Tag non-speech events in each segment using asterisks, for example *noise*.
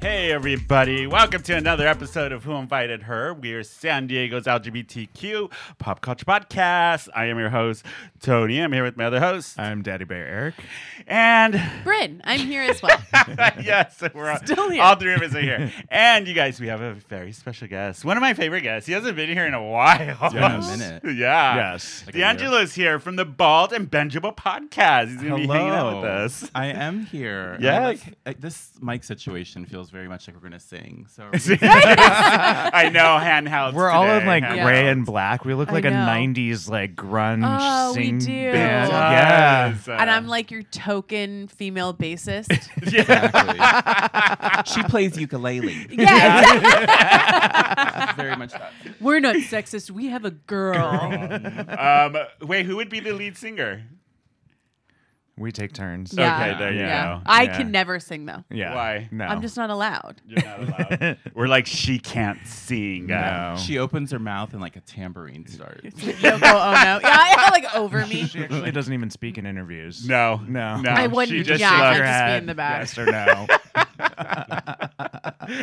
Hey, everybody. Welcome to another episode of Who Invited Her. We are San Diego's LGBTQ pop culture podcast. I am your host, Tony. I'm here with my other host. I'm Daddy Bear Eric. *laughs* And *laughs* Bryn, I'm here as *laughs* well. yes, we're all, Still here. all three of us are here. And you guys, we have a very special guest. One of my favorite guests. He hasn't been here in a while. Yeah, in a minute. *laughs* Yeah. Yes. Like a year. D'Angelo's here from the Bald and Benjable podcast. He's going to be hanging out with us. *laughs* I am here. And I Yes. like- like, this mic situation feels very much like we're gonna sing. *laughs* So I know, handheld. We're all in like Yeah. gray and black. We look I like a know. '90s like grunge Oh, we sing do. band. It Yeah, and I'm like your token female *laughs* bassist. *laughs* yeah. exactly. *laughs* she plays ukulele. yeah, exactly. very much that. We're not sexist. We have a girl. um, wait, who would be the lead singer? we take turns. Okay, there you go. I Yeah. can never sing though. Yeah. Why? No. I'm just not allowed. You're not allowed. *laughs* We're like she can't sing. *laughs* Uh, *laughs* no. She opens her mouth and like a tambourine *laughs* starts. Yoko Ono. "Oh, Yeah, like over me. She actually doesn't even speak in interviews. No, No. no. I she wouldn't. just Yeah, I'd shakes her just be head, in the back. Yes or no?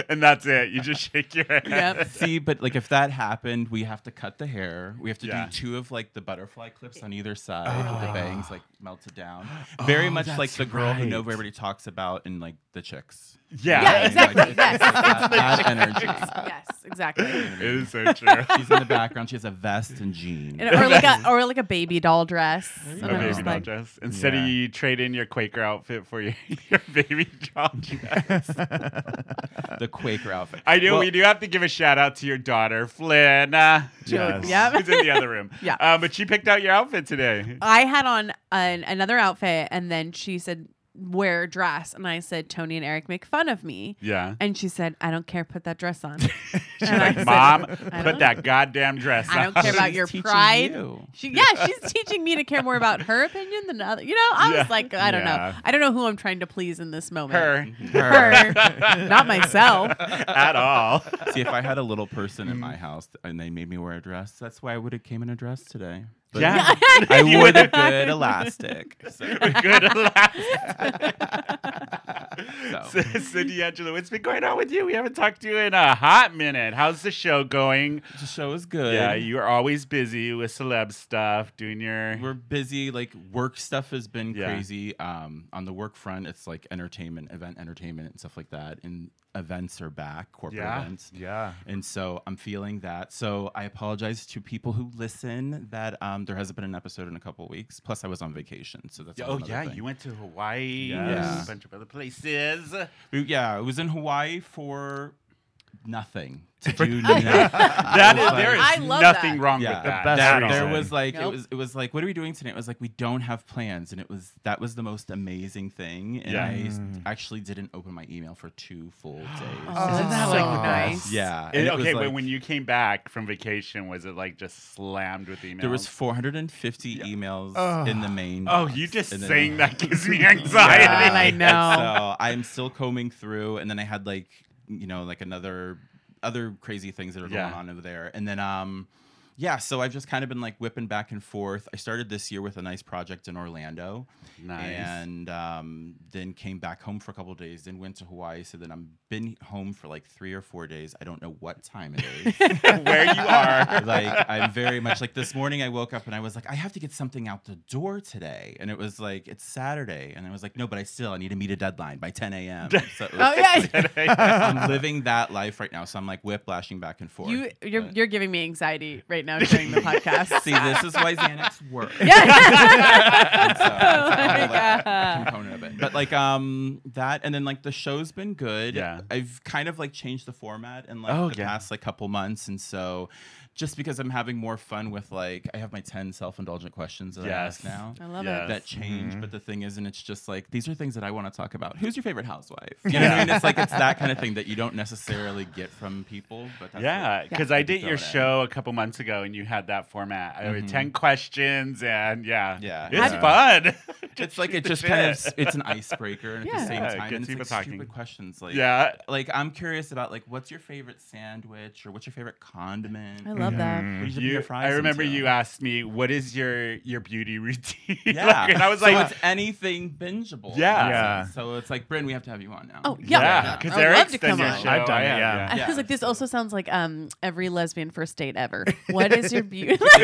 and that's it. You just shake your head. Yep. See, but like if that happened, we have to cut the hair. We have to Yeah. Oh. do two of like the butterfly clips on either side with the bangs like melted *gasps* down. Very much like the girl who right. nobody talks about in like the chicks. Yeah, Yeah, And, *laughs* exactly. like, it's like that, that energy. yes, exactly. It is *laughs* so true. She's in the background. She has a vest and jeans. *laughs* And, or like a or like a baby doll dress. And A I'm baby just doll like, dress. Instead Yeah. of you trade in your Quaker outfit for your, *laughs* your baby doll dress. the Quaker outfit. I do. Well, we do have to give a shout out to your daughter, Flynn. Uh, *laughs* Yes. Yep. who's in the other room. *laughs* Yeah. Uh, Uh, but she picked out your outfit today. I had on an, another outfit, and then she said wear a dress, and I said Tony and Eric make fun of me. Yeah. And she said, I don't care, put that *laughs* dress on. She's And I like, said, Mom, I put don't- that goddamn dress I don't on." care about She's your teaching pride. you. *laughs* She, yeah, she's teaching me to care more about her opinion than other. You know, I Yeah. was like, I don't Yeah. know. I don't know who I'm trying to please in this moment. her Her. *laughs* Not myself. *laughs* *laughs* at all. *laughs* See, if I had a little person in Mm-hmm. my house and they made me wear a dress, that's why I would have came in a dress today. But Yeah. I *laughs* You would would've- have good elastic. *laughs* So, Good laugh. *laughs* *laughs* so. So, so D'Angelo, what's been going on with you? We haven't talked to you in a hot minute. How's the show going? the show is good. Yeah, you're always busy with celeb stuff, doing your *laughs* We're busy. Like work stuff has been Yeah. crazy. Um, on the work front, it's like entertainment, event entertainment, and stuff like that. And events are back, corporate Yeah. events. yeah. And so I'm feeling that. So I apologize to people who listen that um, there hasn't been an episode in a couple weeks. Plus, I was on vacation, so that's Yeah, all Oh another yeah, thing. you went to Hawaii, Yes. a bunch of other places. We- yeah, I was in Hawaii for nothing to do. *laughs* nothing. That is, like- there is I love nothing that. wrong Yeah. with The that. best That reason. is- there Awesome. was like it Nope. was it was like what are we doing today? It was like we don't have plans, and it was that was the most amazing thing. And Yeah. Mm. I s- actually didn't open my email for two full days. Oh, Isn't that so like the nice. best? Yeah. It- and it was, okay, but like- when you came back from vacation, was it like just slammed with emails? There was 450 emails in the main. Oh, box, you just and then- saying *laughs* that gives me God, I *laughs* anxiety. know. So I'm still combing through, and then I had like you know like another other crazy things that are Yeah. going on over there, and then um. Yeah, so I've just kind of been like whipping back and forth. I started this year with a nice project in Orlando, Nice. *laughs* and um, then came back home for a couple of days. Then went to Hawaii. So then I've been home for like three or four days. I don't know what time it is. Where you *laughs* are. like I'm very much like this morning I woke up and I was like I have to get something out the door today and it was like it's Saturday and I was like no but I still I need to meet a deadline by *laughs* 10 a.m. So it was- Oh *laughs* yeah. *laughs* I'm living that life right now so I'm like whiplashing back and forth. *laughs* You you're But- you're giving me anxiety right now during the podcast. *laughs* *laughs* see this is why Xanax works. Yeah. And so *laughs* that's Oh my kind of, God. like, a component of it. But like um that and then like the show's been good. Yeah. I've kind of like changed the format in like Oh, the yeah. past like couple months. And so just because I'm having more fun with like I have my 10 self-indulgent questions that I ask Yes. Mm-hmm. now. I love Yes. it. That change, but the thing is, and it's just like these are things that I want to talk about. Who's your favorite housewife? You know what I mean? It's like it's that kind of thing that you *laughs* don't necessarily get from people. But that's Yeah, Yeah. because I did your Throw it in. Mm-hmm. show a couple months ago, and you had that format. I had ten questions, and yeah, Yeah. it's Yeah. fun. *laughs* *laughs* it's like it the just kind of shit. *laughs* s- it's an icebreaker and at Yeah. the same Yeah, it time gets and it's people like talking. stupid questions like yeah, like I'm curious about like what's your favorite sandwich or what's your favorite condiment? I or *laughs* Love that. Mm-hmm. We used Mm-hmm. to put You, your I fries remember into. *laughs* you *laughs* asked me, "What is your your beauty routine?" *laughs* Yeah, Like, and I was so like, it's anything bingeable. Yeah. Yeah. So it's like, Bryn, we have to have you on now. Oh yeah, "Yeah," because I would love Eric's to done come your on. show. I've done I it, have, yeah. yeah. I Yeah, was like, this so- also sounds like um every lesbian first date ever. What is your beauty? *laughs* well, your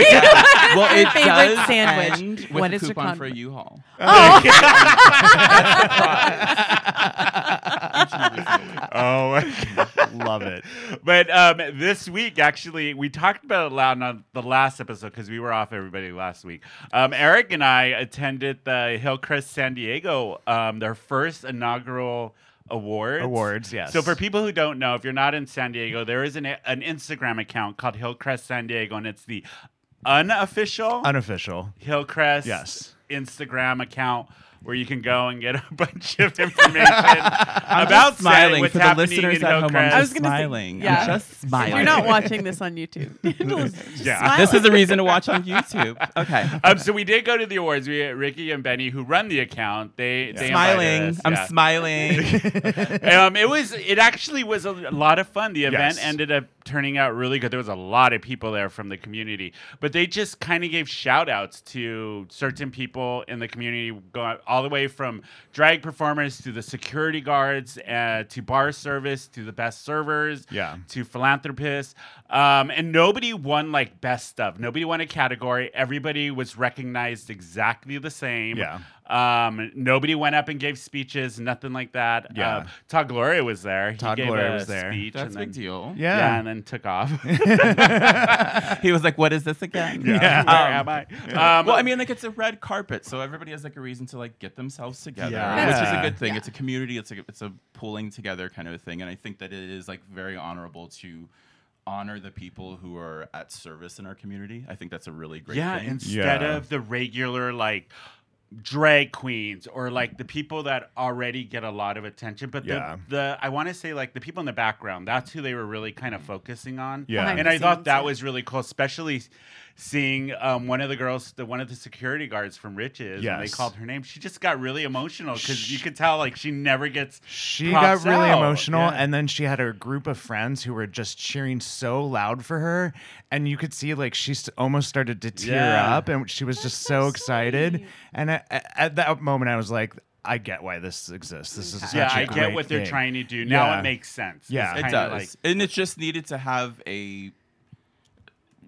it favorite does sandwich? end with What a is your coupon con- for a *laughs* U-Haul. Oh, my God. *laughs* Love it. but um, this week, actually, we talked about it loud on the last episode because we were off everybody last week. Um, Eric and I attended the Hillcrest San Diego, um, their first inaugural awards. Awards, yes. So for people who don't know, if you're not in San Diego, there is an, an Instagram account called Hillcrest San Diego, and it's the unofficial Unofficial. Hillcrest Yes. Instagram account where you can go and get a *laughs* bunch of information *laughs* about Just smiling San- what's for the happening listeners in at home. I'm Hillcrest. just I was gonna say- smiling. yeah. I'm just If smiling. you're *laughs* not watching this on YouTube. *laughs* just Yeah. smile This at is a reason to watch on YouTube. *laughs* Okay. Um, so we did go to the awards. We Ricky and Benny, who run the account, they they smiling. invited us. I'm Yeah. *laughs* smiling. um, it was it actually was a lot of fun. The event Yes. ended up turning out really good. There was a lot of people there from the community, but they just kind of gave shout outs to certain people in the community, going all the way from drag performers to the security guards, uh, to bar service, to the best servers, Yeah. to philanthropists. Um, and nobody won like best stuff. Nobody won a category. Everybody was recognized exactly the same. Yeah. Um, nobody went up and gave speeches, nothing like that. Yeah. Um, Todd Gloria was there. He Todd gave Gloria a was there. Speech That's a and big then- deal. Yeah. Yeah. and then took off. *laughs* *laughs* He was like, "What is this again?" Yeah, Um, where am I? *laughs* Um, well, I mean, like it's a red carpet, so everybody has like a reason to like get themselves together, Yeah. which is Yeah. a good thing. It's a community. It's a it's a pulling together kind of a thing, and I think that it is like very honorable to honor the people who are at service in our community. I think that's a really great yeah, thing. instead Yeah. of the regular like drag queens or like the people that already get a lot of attention, but Yeah. the, the I want to say like the people in the background. That's who they were really kind of focusing on. Yeah. Behind and the I thought scenes, that yeah. was really cool, especially seeing um, one of the girls, the one of the security guards from Riches, and they Yes. called her name. She just got really emotional because you could tell like she never gets. She props got really out. emotional, Yeah. and then she had her group of friends who were just cheering so loud for her, and you could see like she s- almost started to tear Yeah. up, and she was just so so, excited. sweet. And I, I- at that moment, I was like, I get why this exists. This is such yeah, a I get great what they're thing. trying to do. Now Yeah. it makes sense. It's Yeah. It it kinda does, like- and it just needed to have a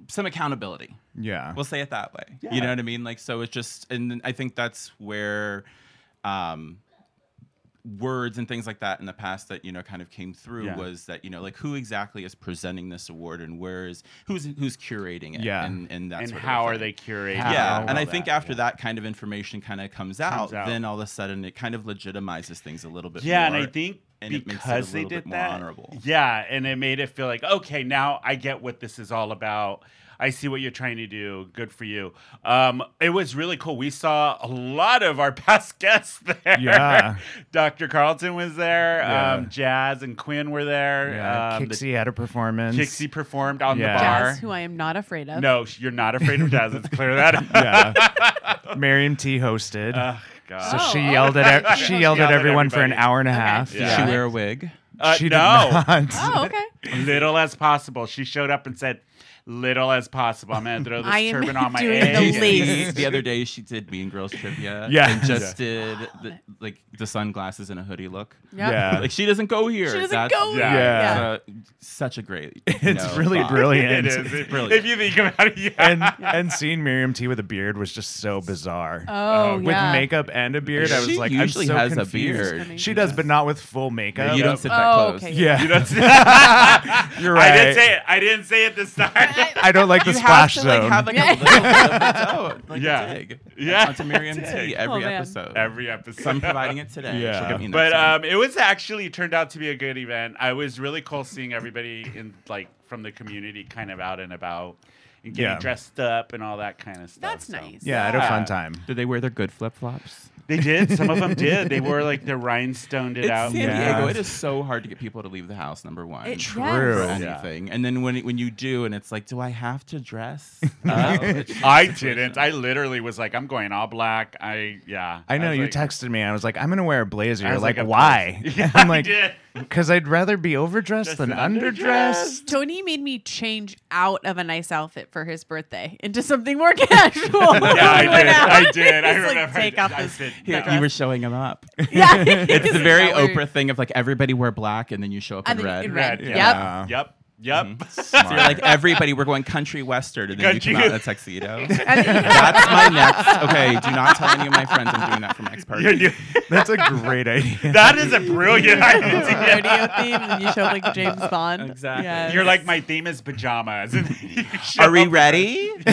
some accountability. Yeah, We'll say it that way. Yeah. You know what I mean? Like, so it's just, and I think that's where um, words and things like that in the past that, you know, kind of came through Yeah. was that, you know, like who exactly is presenting this award and where is, who's, who's curating it? Yeah. And, and that and sort of how thing. are they curating? How- Yeah, Oh, and I all think that, after yeah. that kind of information kind of comes, out, out. then all of a sudden it kind of legitimizes things a little bit yeah, more. and I think and it makes it a because they little did bit more that, honorable. yeah, and it made it feel like okay, now I get what this is all about. I see what you're trying to do. Good for you. Um, it was really cool. We saw a lot of our *laughs* past guests there. *laughs* Yeah. Dr. Carlton was there. Yeah. Um, Jazz and Quinn were there. yeah. Um, the- Kixie had a performance. Kixie performed on Yeah. the bar. Jazz, who I am not afraid of. no, sh- you're not afraid of Jazz. Let's clear *laughs* that up. *laughs* yeah, Uh-huh. Miriam T hosted. Ugh, God. so Oh, she oh. yelled at e- she yelled at Uh-huh. Yelled at everyone for an everybody. hour and a Okay. half. Yeah. Did she wear a wig? Uh, She did no. not. *laughs* Oh, okay. little as possible. She showed up and said, "Little as possible." I'm gonna throw this *laughs* I am turban on my doing the head. least. *laughs* Please. the other day she did Mean Girls trivia. *laughs* Yeah. and just did the, like the sunglasses and a hoodie look. Yep. Yeah. Like she doesn't go here. She doesn't That's- go. yeah. Yeah. uh, such a great. *laughs* It's no, really thought. It brilliant. is It- Brilliant. If you think about it, yeah. *laughs* *laughs* and and seeing Miriam T with a beard was just so bizarre. Oh, with yeah. makeup and a beard, I was She like, usually I'm so has a confused. beard. She does, but not with full makeup. You don't sit that Oh, close. okay. *laughs* yeah, You know, *laughs* you're I right. didn't say it. I didn't say it this *laughs* time. I don't like the You have splash to zone. like have like, Yeah. a *laughs* little bit of a toe, like Yeah. a dig. Yeah, onto Miriam T dig. every Oh, man. episode. Every episode. so *laughs* I'm providing *laughs* it today. Yeah. She'll give me next but time. um, it was actually turned out to be a good event. I was really cool seeing everybody in like from the community kind of out and about and getting Yeah. dressed up and all that kind of stuff. That's so. nice. yeah, I had a fun time. did they wear their good flip flops? They did. Some of them did. They were like they rhinestoned *laughs* it it's out. San Yeah. Diego. It is so hard to get people to leave the house. Number one. It- for True. yes. Yeah. anything, and then when it, when you do, and it's like, do I have to dress? up? It's *laughs* I just- didn't. I literally was like, I'm going all black. I yeah. I know was you like- texted me. I was like, I'm gonna wear a blazer. I You're was like, "Of course." why? *laughs* Yeah, I'm I like, *laughs* did. because I'd rather be overdressed Just than an underdressed. Tony made me change out of a nice outfit for his birthday into something more *laughs* casual. yeah, Yeah, *laughs* I did. I did. I He's like, remember. I take did. off I this. did. Here, No. you were showing them up. Yeah, *laughs* It's the very Oprah thing of like everybody wear black and then you show up And in then red. in Red. red. yeah. Yep. Uh, *laughs* Yep. Yep. *laughs* Mm-hmm. So you're like everybody, we're going country western, and then you come out in a tuxedo. *laughs* That's my next. Okay, do not tell any of my friends I'm doing that for my next party. You're- you- That's a great *laughs* idea. that is a *laughs* brilliant It's a idea. rodeo theme, and you show up *laughs* like James Bond. Exactly. *laughs* Yes. You're like my theme is *laughs* pajamas. *laughs* And you show Are we up- ready? *laughs*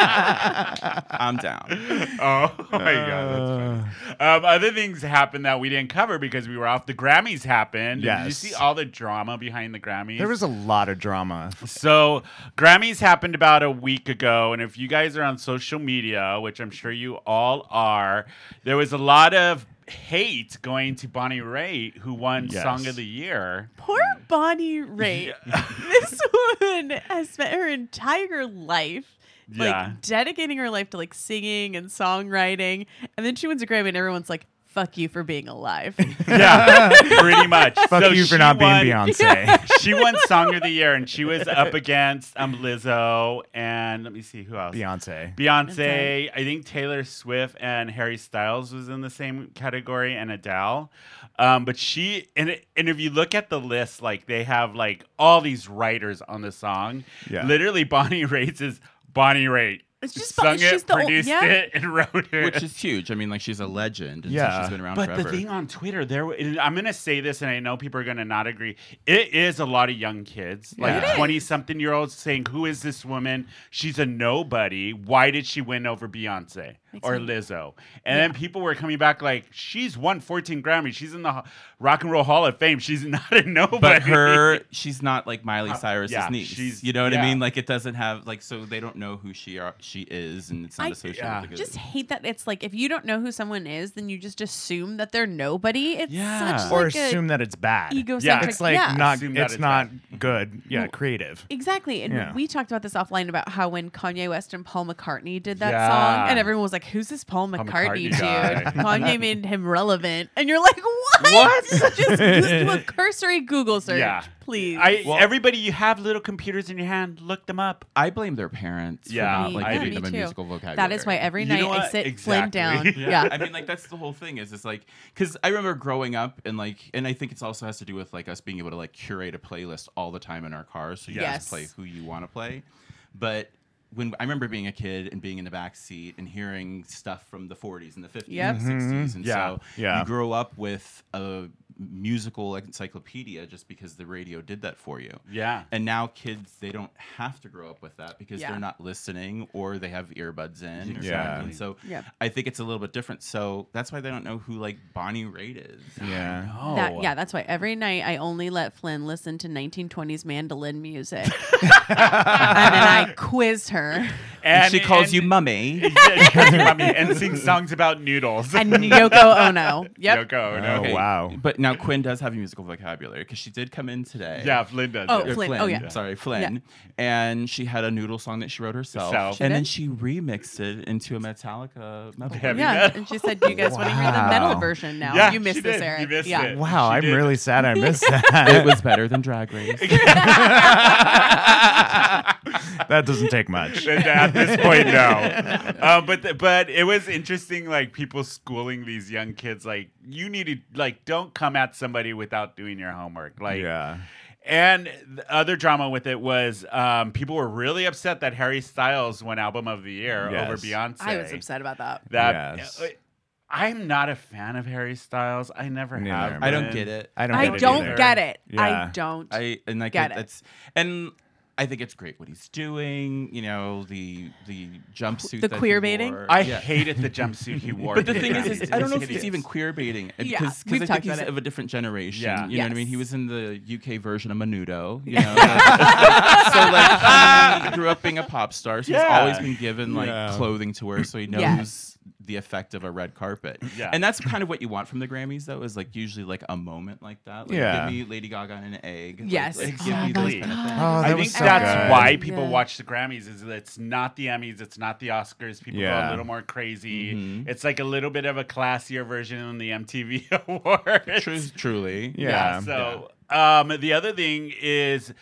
I'm down. *laughs* Oh my god, Uh. that's funny. Um, other things happened that we didn't cover because we were off. The Grammys happened. Did you Yes. see all the drama behind the Grammys? there was a lot of drama. Uh, So Grammys happened about a week ago, and if you guys are on social media, which I'm sure you all are, there was a lot of hate going to Bonnie Raitt, who won Yes. Song of the *laughs* Year. Poor Bonnie Raitt. *laughs* this woman has spent her entire life like Yeah. dedicating her life to like singing and songwriting, and then she wins a Grammy, and everyone's like, "Fuck you for *laughs* being alive." Yeah, pretty much. Fuck So you for she not being won- *laughs* Beyonce. She won Song of the Year, and she was up against um, Lizzo and let me see who else. Beyonce. Beyonce, I think Taylor Swift and Harry Styles was in the same category, and Adele. Um, but she and it- and if you look at the list, like they have like all these writers on the song. Yeah. Literally, Bonnie Raitt is Bonnie Raitt. It's just Bon- sung it, she's the ol- produced yeah. it, and wrote *laughs* *laughs* it. Which is huge. I mean, like she's a legend. And yeah, Yeah. she's been around but forever. the thing on Twitter, there w- and I'm gonna say this, and I know people are gonna not agree. It is a lot of young kids, Yeah. It like is. 20 something year olds, saying, "Who is this woman? She's a nobody. Why did she win over Beyonce Makes or me- Lizzo?" And then people were coming back like, "She's won 14 Grammys. She's in the Ho- Rock and Roll Hall of Fame. She's *laughs* not a nobody." but her, she's not like Miley Uh, Cyrus's yeah, niece. she's- you know what yeah. I mean? Like it doesn't have like so they don't know who she are, she is, and it's not I associated yeah. with the good. just hate that it's like if you don't know who someone is, then you just assume that they're nobody. It's Yeah. such or like assume a that it's bad. egocentric. It's like yeah. not. Assume that It's it's not good. Yeah, creative. Exactly. And Yeah. we talked about this offline about how when Kanye West and Paul McCartney did that Yeah. song, and everyone was like, Who's this Paul McCartney McCartney, guy. *laughs* dude? *laughs* Kanye made him relevant. And you're like, What? What? *laughs* Just do a cursory Google search, Yeah. please. I, Well- everybody, you have little computers in your hand. Look them up. I blame their parents Yeah, for not like I giving do. them a Me too. musical vocabulary. that is why every You night know I what? sit Exactly. Flynn *laughs* down. *laughs* Yeah. Yeah. I mean, like that's the whole thing. Is it's like because I remember growing up and like, and I think it's also has to do with like us being able to like curate a playlist all the time in our cars, so you Yes. just play who you want to play. But when I remember being a kid and being in the back seat and hearing stuff from the 40s and the 50s and Yep. the 60s, and Yeah. so Mm-hmm. Yeah. you grow up with a musical encyclopedia just because the radio did that for you. Yeah. And now kids, they don't have to grow up with that because Yeah. they're not listening or they have earbuds in. or something. Yeah. And so Yeah. I think it's a little bit different. So that's why they don't know who like Bonnie Raitt is. Yeah. Oh, That, yeah, that's why every night I only let Flynn listen to 1920s *laughs* mandolin music. and then I quiz her And, she calls you mummy. *laughs* *laughs* mummy. and sings songs about *laughs* noodles. and Yoko Ono. Yep. Yoko Ono. Oh, wow. But now Quinn does have musical vocabulary because she did come in today. Yeah, Flynn does. Oh, it. Or Flynn. yeah. Sorry, Flynn. And she had a noodle song that she wrote herself. Herself. She and did? then she remixed it into a Metallica metal. Heavy yeah, metal. and she said, "Do you guys want to hear the metal Wow. version now? Yeah, you she missed this, did. Eric. You missed *laughs* yeah, it. Wow. She I'm did. really sad *laughs* I missed It that. was better than Drag Race. *laughs* that doesn't take much. And At this point, *laughs* no. Uh, but the, but it was interesting, like people schooling these young kids, like you need to like don't come at somebody without doing your homework, like. yeah. And the other drama with it was um, people were really upset that Harry Styles won Album of the Year Yes. over Beyonce. I was upset about that. That uh, Yes. I'm not a fan of Harry Styles. I never Neither have. am I don't been. get it. I don't. I get it don't either. get it. Yeah. I don't. I and I Get get it. that's and I think it's great what he's doing. You know the the jumpsuit, The that he queer baiting? wore. I Yeah. hated *laughs* the jumpsuit he wore. But the to thing *laughs* Grammys. is, is I don't know if he's even queer baiting because Yeah, because we've I talked think he's about it. of a different generation. Yeah. You know what I mean? Yes. He was in the UK version of Menudo. You know, *laughs* so like he grew up being a pop star, so Yeah. he's always been given like Yeah. clothing to wear, so he knows Yes. the effect of a red carpet. Yeah. And that's kind of what you want from the Grammys, though, is like usually like a moment like that. Like, Yeah. Give me Lady Gaga and an egg. Like, Yes, like, give me those exactly. kind of things. Oh, that I was think so that's good. why people Yeah. watch the Grammys is that it's not the Emmys, it's not the Oscars. People go Yeah. Mm-hmm. a little more crazy. Mhm. It's like a little bit of a classier version than the MTV *laughs* Awards. Tru- truly. Yeah. Yeah. So Um, the other thing is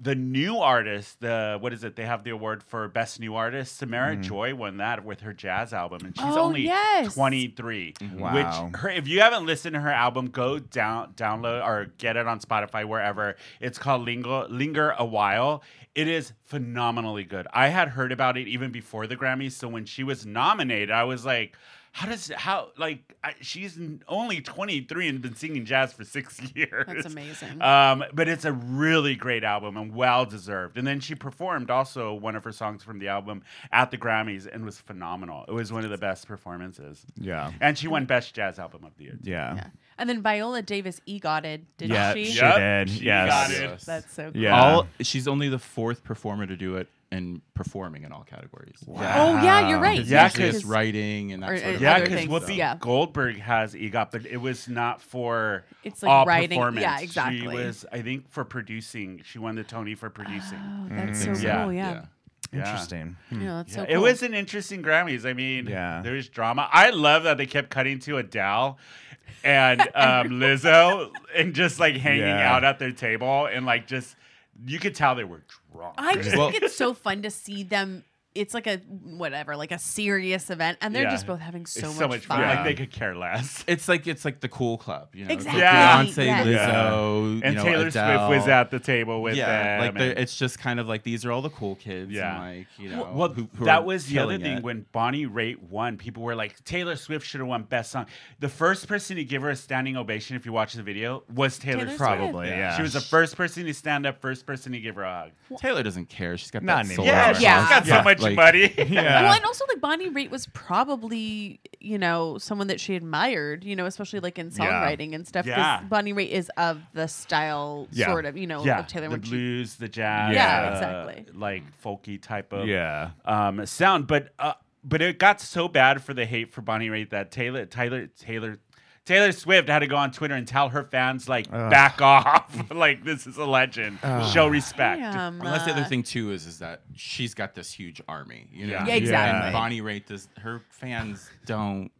the new artist. The what is it? They have the award for best new artist. Samara Mm-hmm. Joy won that with her jazz album, and she's Oh, only yes. 23. Wow. Which her, if you haven't listened to her album, go down download or get it on Spotify wherever. It's called Linger Linger a While. It is phenomenally good. I had heard about it even before the Grammys, so when she was nominated, I was like. How does how like I, she's only 23 and been singing jazz for 6 *laughs* years. That's amazing. Um, but it's a really great album and well deserved. And then she performed also one of her songs from the album at the Grammys and was phenomenal. It was one of the best performances. Yeah. And she won Best Jazz Album of the Year. Yeah. yeah. And then Viola Davis egotted, didn't Yeah, she? she Yep, did. she yes. got it. That's so cool. Yeah. All she's only the fourth performer to do it and performing in all categories. Oh yeah, you're Wow. right. Yeah, Usually it's 'cause- writing and that or- sort of Yeah, Yeah, Other because things, Whoopi yeah. Goldberg has E EGOT, but it was not for It's like all writing- yeah, performance. She exactly. was, I think, for producing. She won the Tony for producing. Oh, that's so things. cool. Mm, Yeah, Yeah. Yeah. Yeah. Interesting. Hmm. that's so Yeah, cool. It was an interesting Grammys. I mean, Yeah. there's drama. I love that they kept cutting to Adele *laughs* and um, Lizzo and just like hanging Yeah. out at their table and like just you could tell they were drunk. I just Well- think it's so fun to see them. It's like a whatever, like a serious event, and they're Yeah. just both having so, It's much, fun. Like Yeah. they could care less. It's like it's like the cool club, you know. It's like Exactly, Yeah. yes. Beyonce, Lizzo, you And know, Taylor Adele. Swift was at the table with yeah, them. like they're- and- it's just kind of like these are all the cool kids. Yeah. and like you know, well, who- who are that was the other killing thing it. when Bonnie Raitt won. People were like, Taylor Swift should have won Best Song. The first person to give her a standing ovation, if you watch the video, was Taylor, Taylor Swift. Swift. Probably. Yeah. Yeah. She was the first person to stand up, first person to give her a hug. Taylor doesn't care. She's got Not that anymore. soul. Yeah, out she's of Yeah. her. got so Yeah, much like- money. Yeah. Well, and also like Bonnie Raitt was probably you know someone that she admired, you know, especially like in Yeah. songwriting and stuff. Because Yeah. Bonnie Raitt is of the style, Yeah. sort of, you *laughs* know, yeah, of Taylor. the when she- blues, the jazz, Yeah, uh, exactly. like folky type of Yeah. um, sound. But uh, but it got so bad for the hate for Bonnie Raitt that Taylor Taylor Taylor. Taylor Swift had to go on Twitter and tell her fans like Ugh. back off, *laughs* like this is a legend, show respect. Damn, Unless the uh, other thing too is is that she's got this huge army. You know? Yeah. Yeah, exactly. And Bonnie Raitt does. Her fans don't.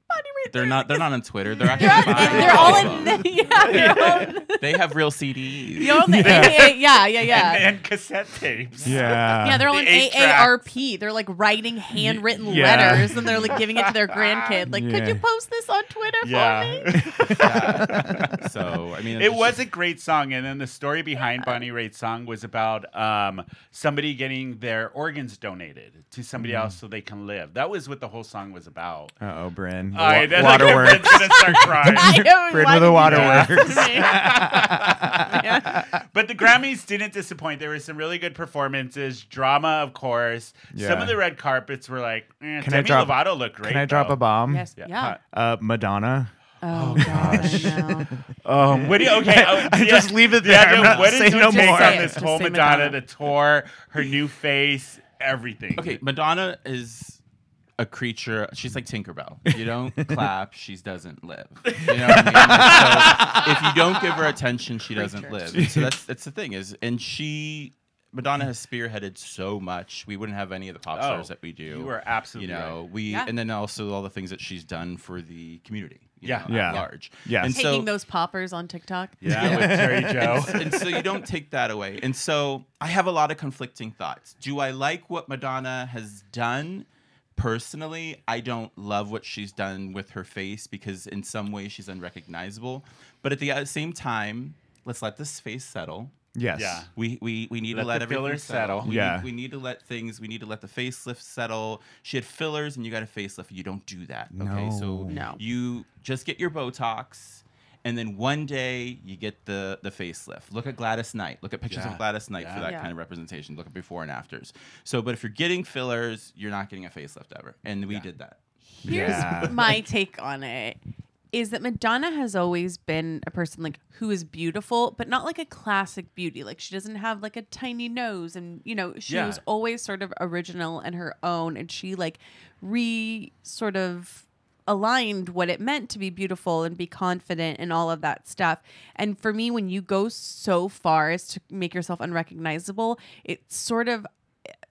They're *laughs* not. They're not on Twitter. *laughs* They're actually. They're, all- buying they're all in. albums. *laughs* The, *laughs* yeah, they're all in the, They have real CDs. they're all in the AA. Yeah, yeah, yeah. And, and cassette tapes. Yeah. yeah, they're all the in eight AARP. They're like writing handwritten yeah. letters and they're like giving it to their grandkid. Like, could Yeah. you post this on Twitter *laughs* for me? Yeah. Yeah. So I mean, *laughs* it it's was just- a great song and then the story behind bonnie raitt's song was about um, somebody getting their organs donated to somebody else so they can live that was what the whole song was about Uh oh, Bryn. All right, that's- *laughs* Waterworks. that's gonna start crying. *laughs* Bryn with the *laughs* waterworks. but the grammys didn't disappoint there were some really good performances drama of course some Yeah. of the red carpets were like eh, Can I demi drop- lovato looked great Can I drop though. a bomb? Yes. Yeah. Yeah. Uh, Madonna. Oh, gosh. I know. Um, What do you, *laughs* okay, oh, I yeah. just leave it there. Yeah, I'm no, not what is saying your no take more. on Say it. this Just whole say Madonna, Madonna. the tour, her new face, everything? Okay, Madonna is a creature. She's like Tinkerbell. If *laughs* You don't clap, she doesn't live. You know what I mean? Like, so if you don't give her attention, she doesn't Creature. live. And so that's that's the thing is, and she. Madonna has spearheaded so much. We wouldn't have any of the pop stars that we do. Oh, You are absolutely you right. know we Yeah. and then also all the things that she's done for the community you Yeah. know, Yeah. at large Yes. and Taking so those poppers on TikTok. Yeah, with *laughs* Terry Joe. and so you don't take that away and so i have a lot of conflicting thoughts do i like what madonna has done personally i don't love what she's done with her face because in some ways she's unrecognizable but at the uh, same time let's let this face settle Yes. Yeah. we, we, we need Let to let the everything fillers settle. settle. We, Yeah. need, we need to let things. We need to let the facelift settle. She had fillers, and you got a facelift. You don't do that. Okay, so No. No. you just get your Botox, and then one day you get the the facelift. Look at Gladys Knight. Look at pictures Yeah. of Gladys Knight Yeah. for that Yeah. kind of representation. Look at before and afters. So, but if you're getting fillers, you're not getting a facelift ever, and we did that. *laughs* Here's Yeah. my take on it is that Madonna has always been a person like who is beautiful, but not like a classic beauty. Like she doesn't have like a tiny nose and you know, she Yeah. was always sort of original and her own and she like re sort of aligned what it meant to be beautiful and be confident and all of that stuff. And for me, when you go so far as to make yourself unrecognizable, it sort of,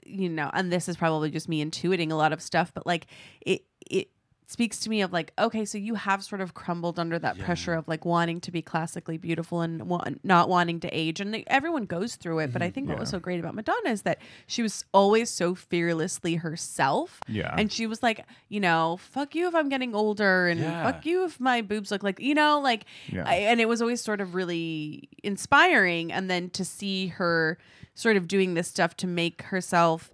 you know, and this is probably just me intuiting a lot of stuff, but like it, it, speaks to me of like okay so you have sort of crumbled under that Yeah. pressure of like wanting to be classically beautiful and wa- not wanting to age and like, everyone goes through it but i think what was so great about madonna is that she was always so fearlessly herself Yeah. and she was like you know fuck you if i'm getting older and Yeah. fuck you if my boobs look like you know like Yeah. I, and it was always sort of really inspiring and then to see her sort of doing this stuff to make herself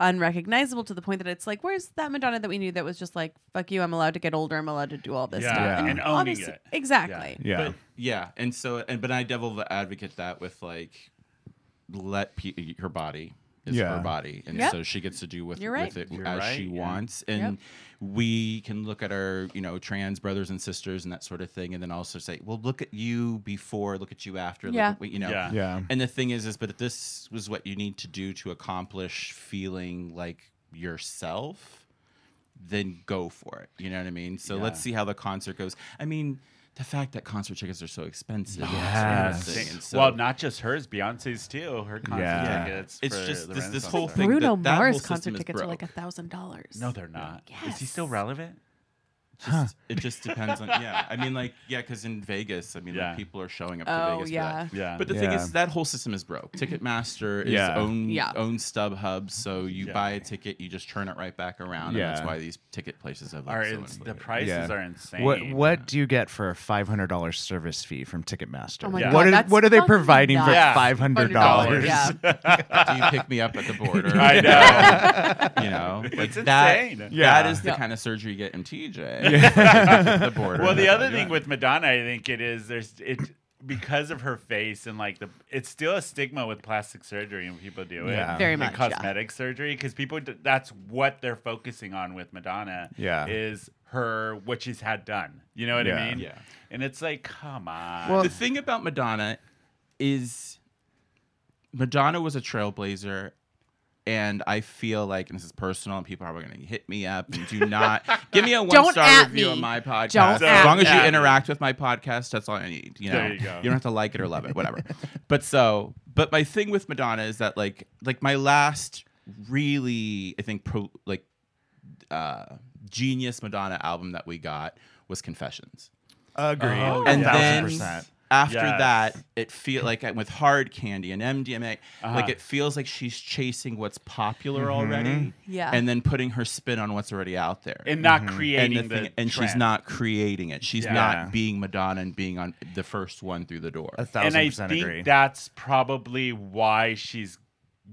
unrecognizable to the point that it's like where's that madonna that we knew that was just like fuck you i'm allowed to get older i'm allowed to do all this Yeah, stuff Yeah. and owning obviously- it. exactly yeah. But, yeah, and so and but I devil advocate that with like let pe- her body is Yeah. her body, and Yep. so she gets to do with, You're right. with it You're as right, she yeah. wants, and Yep. we can look at our you know trans brothers and sisters and that sort of thing, and then also say, well, look at you before, look at you after, look Yeah. at what- you know, Yeah. yeah. and the thing is, is but this was what you need to do to accomplish feeling like yourself, then go for it. You know what I mean? So let's Yeah. see how the concert goes. I mean, the fact that concert tickets are so expensive. is Yes. another thing. And so- well, not just hers, Beyonce's too. Her concert Yeah. tickets. It's for just the this- this Renaissance whole Fair. thing that- bruno that whole mars system concert is tickets are like broke. a thousand dollars No, they're not. Is he Yes. still relevant? just, it just depends on yeah. I mean, like yeah, because in Vegas, I mean, Yeah. like people are showing up to Oh, Vegas. yeah. For that. Yeah. But the thing Yeah. is, that whole system is broke. Ticketmaster is Yeah. own Yeah. own StubHub, so you Yeah. buy a ticket, you just turn it right back around, and that's Yeah. why these ticket places have like, Are so it's, much the liquidity. prices Yeah. are insane. What what do you get for a five hundred dollar service fee from Ticketmaster? Oh my Yeah. God, What are- that's what are they fucking providing for nuts. five hundred $500, *laughs* dollars? *laughs* yeah. do you pick me up at the border? I know. You know, It's like that. insane. Yeah. That is the Yeah. kind of surgery you get in TJ. Like, at the border. Well, the That's other how you thing do it. with Madonna, I think it is there's it because of her face and like the it's still a stigma with plastic surgery and people do it. Yeah. Very and much, yeah. cosmetic surgery because people d- that's what they're focusing on with Madonna. Yeah. is her what she's had done. You know what Yeah. I mean? Yeah. And it's like, come on. Well- the thing about Madonna is Madonna was a trailblazer. And I feel like, and this is personal, and people are probably going to hit me up and do not give me a one star at review me. on my podcast. at Don't as long as you me. interact with my podcast, that's all I need. You know, There you go. don't have to like it or love it, whatever. but so, but my thing with Madonna is that like, like my last really, I think, pro, like, uh, genius Madonna album that we got was Confessions Agreed. Oh, and yeah. then 1000%. after Yes. that it feel like with hard candy and mdma Uh-huh. like it feels like she's chasing what's popular already Yeah. and then putting her spin on what's already out there and not Mm-hmm. Mm-hmm. and, creating the the, thing, and she's trend. not creating it she's Yeah. not being madonna and being on the first one through the door A thousand and I percent think agree. that's probably why she's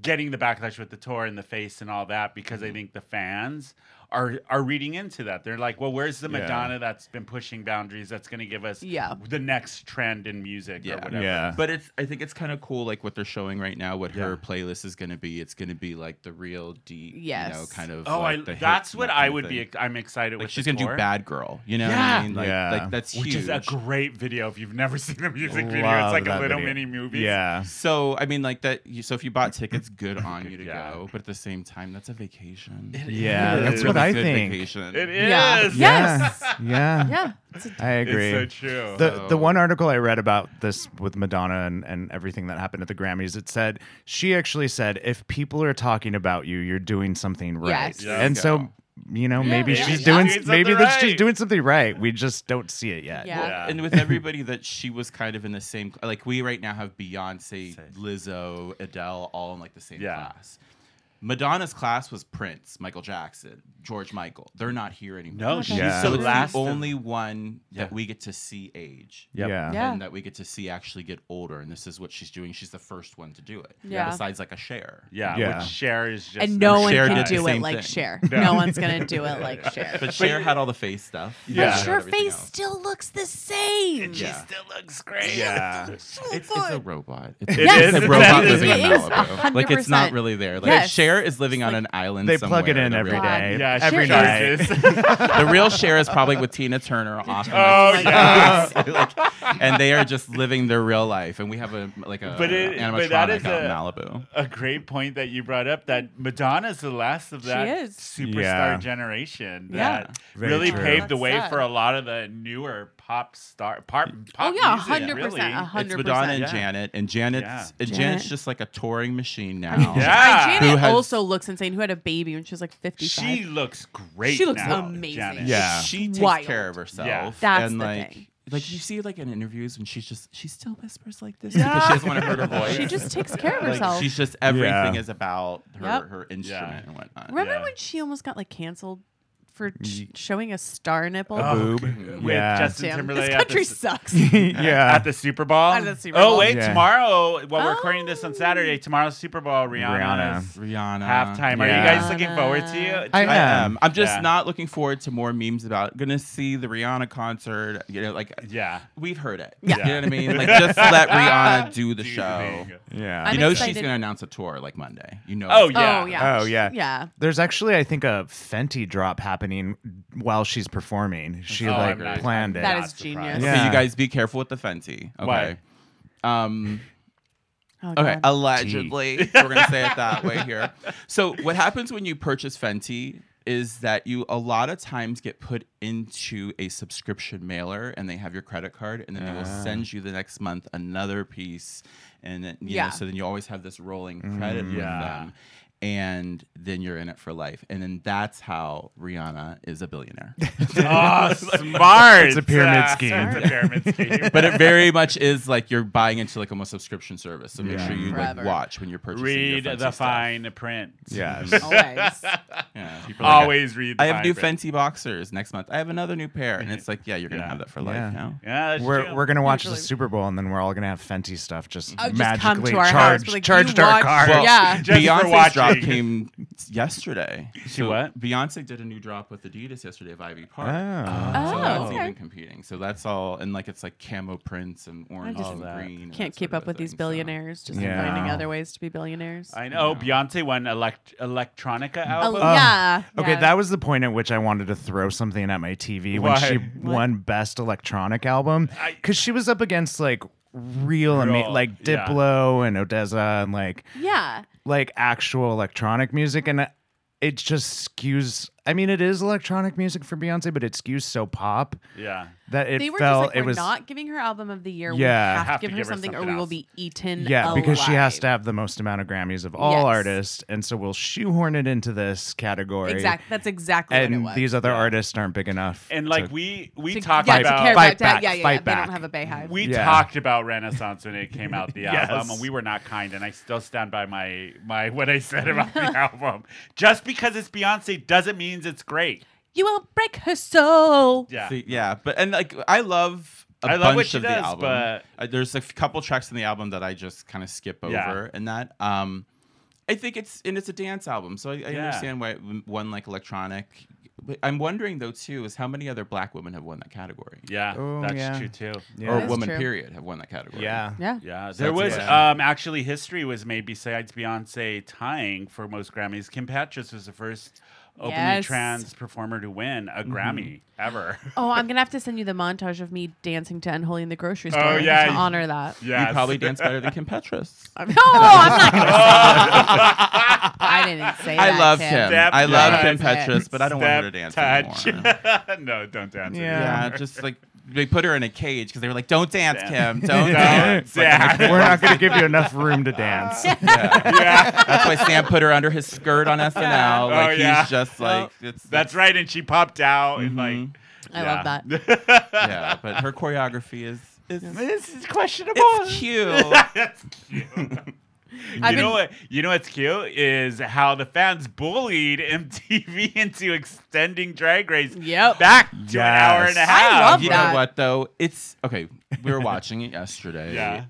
getting the backlash with the tour and the face and all that because Mm-hmm. I think the fans are are reading into that. They're like, well, where's the Yeah. Madonna that's been pushing boundaries that's going to give us Yeah. the next trend in music or Yeah. whatever? Yeah. but it's i think it's kind of cool like what they're showing right now what her Yeah. playlist is going to be it's going to be like the real deep you know Yes. kind of Oh, like, the I, hits that's and what that kind I of would thing. be. I'm excited like with. she's the gonna do tour, bad girl you know what Yeah. i mean like, Yeah. like that's which huge. is a great video. If you've never *laughs* seen a music video, *laughs* it's Love like a that little video. mini movie. *laughs* Yeah. So I mean, like that. you- So if you bought tickets, good on you to Yeah. go. But at the same time, that's a vacation. Yeah. is. That's It's what Really I good think. Vacation. it is. Yeah. Yeah. Yes. Yeah. yeah It's a- I agree. It's so true. The, the So- one article I read about this with Madonna and, and everything that happened at the Grammys, it said she actually said, if people are talking about you, you're doing something right. Yes. Yeah. And Yeah. so, you know, maybe yeah, she's yeah. doing, She's doing maybe something that she's right. doing something right. We just don't see it yet. Yeah. Yeah. And with everybody that she was kind of in the same, like we right now have Beyonce, Same. Lizzo, Adele, all in like the same Yeah. class. Madonna's class was Prince, Michael Jackson, George Michael. They're not here anymore. no, she's Yeah. So the it's last the of- only one Yeah. that we get to see age. Yep. Yeah. Yeah. and that we get to see actually get older. And this is what she's doing. She's the first one to do it. Yeah. Besides like a share. Yeah, Yeah. which Cher is just and no one Cher can did the do it same like thing. Cher. No. No. one's gonna do it like Cher. But Cher had all the face stuff. Yeah. But But her And everything face else. still looks the same. She Yeah. still looks great. *laughs* Yeah. So It's, it's good. a robot. It's, It *laughs* it's is. a robot It living in is. Malibu. Like it's 100%. not really there. Like Yes. Cher Cher is living on an island. They plug it somewhere in the every real- God. day. Yeah, every she night. is. The real Cher is probably with Tina Turner off. in the oh my yeah. *laughs* and they are just living their real life. And we have a like a But it- animatronic but that is out in a- Malibu. A great point that you brought up that Madonna's the last of She that is. superstar Yeah. generation Yeah. that *laughs* Very really true. paved the That's way sad. for a lot of the newer pop star pop Oh pop yeah, music, hundred really. percent, It's hundred Madonna and percent. Yeah. Janet, and Janet's Yeah. and Janet. Janet's just like a touring machine now. Yeah. Janet Who has- also looks insane. Who had a baby when she was like fifty-five? She looks great. She looks now, amazing. Janet. Yeah. she takes Wild. care of herself. Yeah. That's and the like, thing. Like you see, like in interviews, when she's just she still whispers like this Yeah. because she doesn't want to hurt her voice. She just takes care of Like, herself. she's just everything Yeah. is about her Yep. her instrument Yeah. and whatnot. Remember Yeah. when she almost got like canceled for sh- Ye- showing a star nipple? Oh, Boob. With Yeah. Justin Damn, Timberlake. this at the country s- sucks. *laughs* *laughs* yeah. at the Super Bowl. At the Super Oh Bowl. wait, Yeah. tomorrow. Well, we're recording Oh. this on Saturday. Tomorrow's Super Bowl. Rihanna's Rihanna halftime. Are you Yeah. guys looking forward to you? I I am. am. I'm just Yeah. not looking forward to more memes about gonna see the Rihanna concert. You know, like yeah. we've heard it. Yeah. You know what I mean? Like just let Rihanna do *laughs* the Do your show. thing. Yeah. I'm you know excited. she's gonna announce a tour like Monday. You know. Oh it. yeah. Oh yeah. Oh, yeah. Yeah. There's actually, I think, a Fenty drop happening while she's performing. She Oh, like I'm not- planned I'm it. That not is surprised. *laughs* genius. Okay, Yeah. you guys be careful with the Fenty. Okay. Um Oh, Okay, God. *laughs* allegedly, we're gonna say *laughs* it that way here. So, what happens when you purchase Fenty is that you a lot of times get put into a subscription mailer, and they have your credit card, and then they will Ah. send you the next month another piece, and then, you Yeah. know, so then you always have this rolling credit with Mm, Yeah. them, and then you're in it for life, and then that's how Rihanna is *laughs* a billionaire. Oh, *laughs* smart. It's a pyramid Yeah, scheme. It's a *laughs* pyramid scheme. But it very much is like you're buying into like almost subscription service. So make Yeah. sure you like Forever. watch when you're purchasing. your read Fenty the stuff. fine print. Yes. Always. Yeah. People are like, Always read. the I have fine new print. Fenty boxers next month. I have another new pair, and it's like, yeah, you're gonna Mm-hmm. Yeah. have that for life Yeah. now. Yeah, that's We're, true. we're gonna watch Usually. the Super Bowl and then we're all gonna have Fenty stuff just Oh, just magically come to our house. charged, Be like, charged you our watch- card. Well, Yeah. Just for Beyonce's drop watching. came yesterday. She what? Beyonce did a new drop with Adidas yesterday of Ivy Park. Um, Oh. So Oh, that's okay. even competing. So that's all, and like it's like camo prints and orange just and All that. green. and Can't that keep sort of up with thing, these so. billionaires. Just Yeah. finding other ways to be billionaires. I know Yeah. Oh, Beyonce won elect- electronica Oh, album. yeah. Okay, yeah. that was the point at which I wanted to throw something at my TV Why? when she What? won Best Electronic Album I- because she was up against like real, Real, ama- like yeah. Diplo and Odessa and like Yeah. like actual electronic music and uh, it just skews I mean it is electronic music for Beyonce but it skews so pop yeah. that it they were felt just like, it we're was not giving her album of the year. Yeah. we have, to give, her something, or we will else. be eaten. yeah because she has alive. to have the most amount of Grammys of all Yes. artists and so we'll shoehorn it into this category Exactly. That's exactly what it and was. these other artists aren't big enough And to- like we we to, talked yeah, to about care Fight about that. back, Yeah, yeah, yeah. fight They don't back. have a Bayhive. we Yeah. talked about Renaissance when it came *laughs* out the Yes. album, and we were not kind. And I still stand by my my what I said about the album. Just because it's Beyonce doesn't mean it's great. you will break her soul. Yeah. So, yeah, but and like I love a I bunch love what she of the does, album. but- Uh, there's a f- couple tracks in the album that I just kind of skip over, Yeah. and that um, I think it's and it's a dance album, so I, I Yeah. understand why it w- won like electronic. But I'm wondering though too is how many other black women have won that category, Yeah, Oh, that's yeah. true too. yeah. or That's women true. period have won that category. yeah *laughs* Yeah. Yeah, So there was that's a- um, actually history was made besides Beyonce tying for most Grammys. Kim Petras was the first openly Yes. trans performer to win Mm-hmm. a Grammy ever. Oh, I'm gonna have to send you the montage of me dancing to "Unholy" in the grocery store Oh, yeah. to honor that. Yeah, *laughs* You probably dance better than Kim Petras. No, *laughs* I'm not gonna. say that. I didn't say that. I love Kim. Kim. Step I love touch. Kim Petras, but I don't want her to dance touch. *laughs* anymore. no, don't dance. Yeah. anymore. Yeah, just like they put her in a cage because they were like, "Don't dance, Dance. *laughs* Kim. Don't *laughs* Don't dance." dance. uh, we're not going to give you enough room to dance yeah. That's why Sam put her under his skirt on SNL. Oh, Like yeah. he's just like it's That's right, and she popped out and Mhm. like. I love that. that. yeah. But her choreography is is *laughs* this is questionable. *laughs* it's cute. That's cute. *laughs* I've you been- know what? You know what's cute is how the fans bullied MTV *laughs* into extending Drag Race Yep. back to an Yes. hour and a I half. love Ah, you that. know what though? It's okay. We were watching it *laughs* yesterday. Yeah.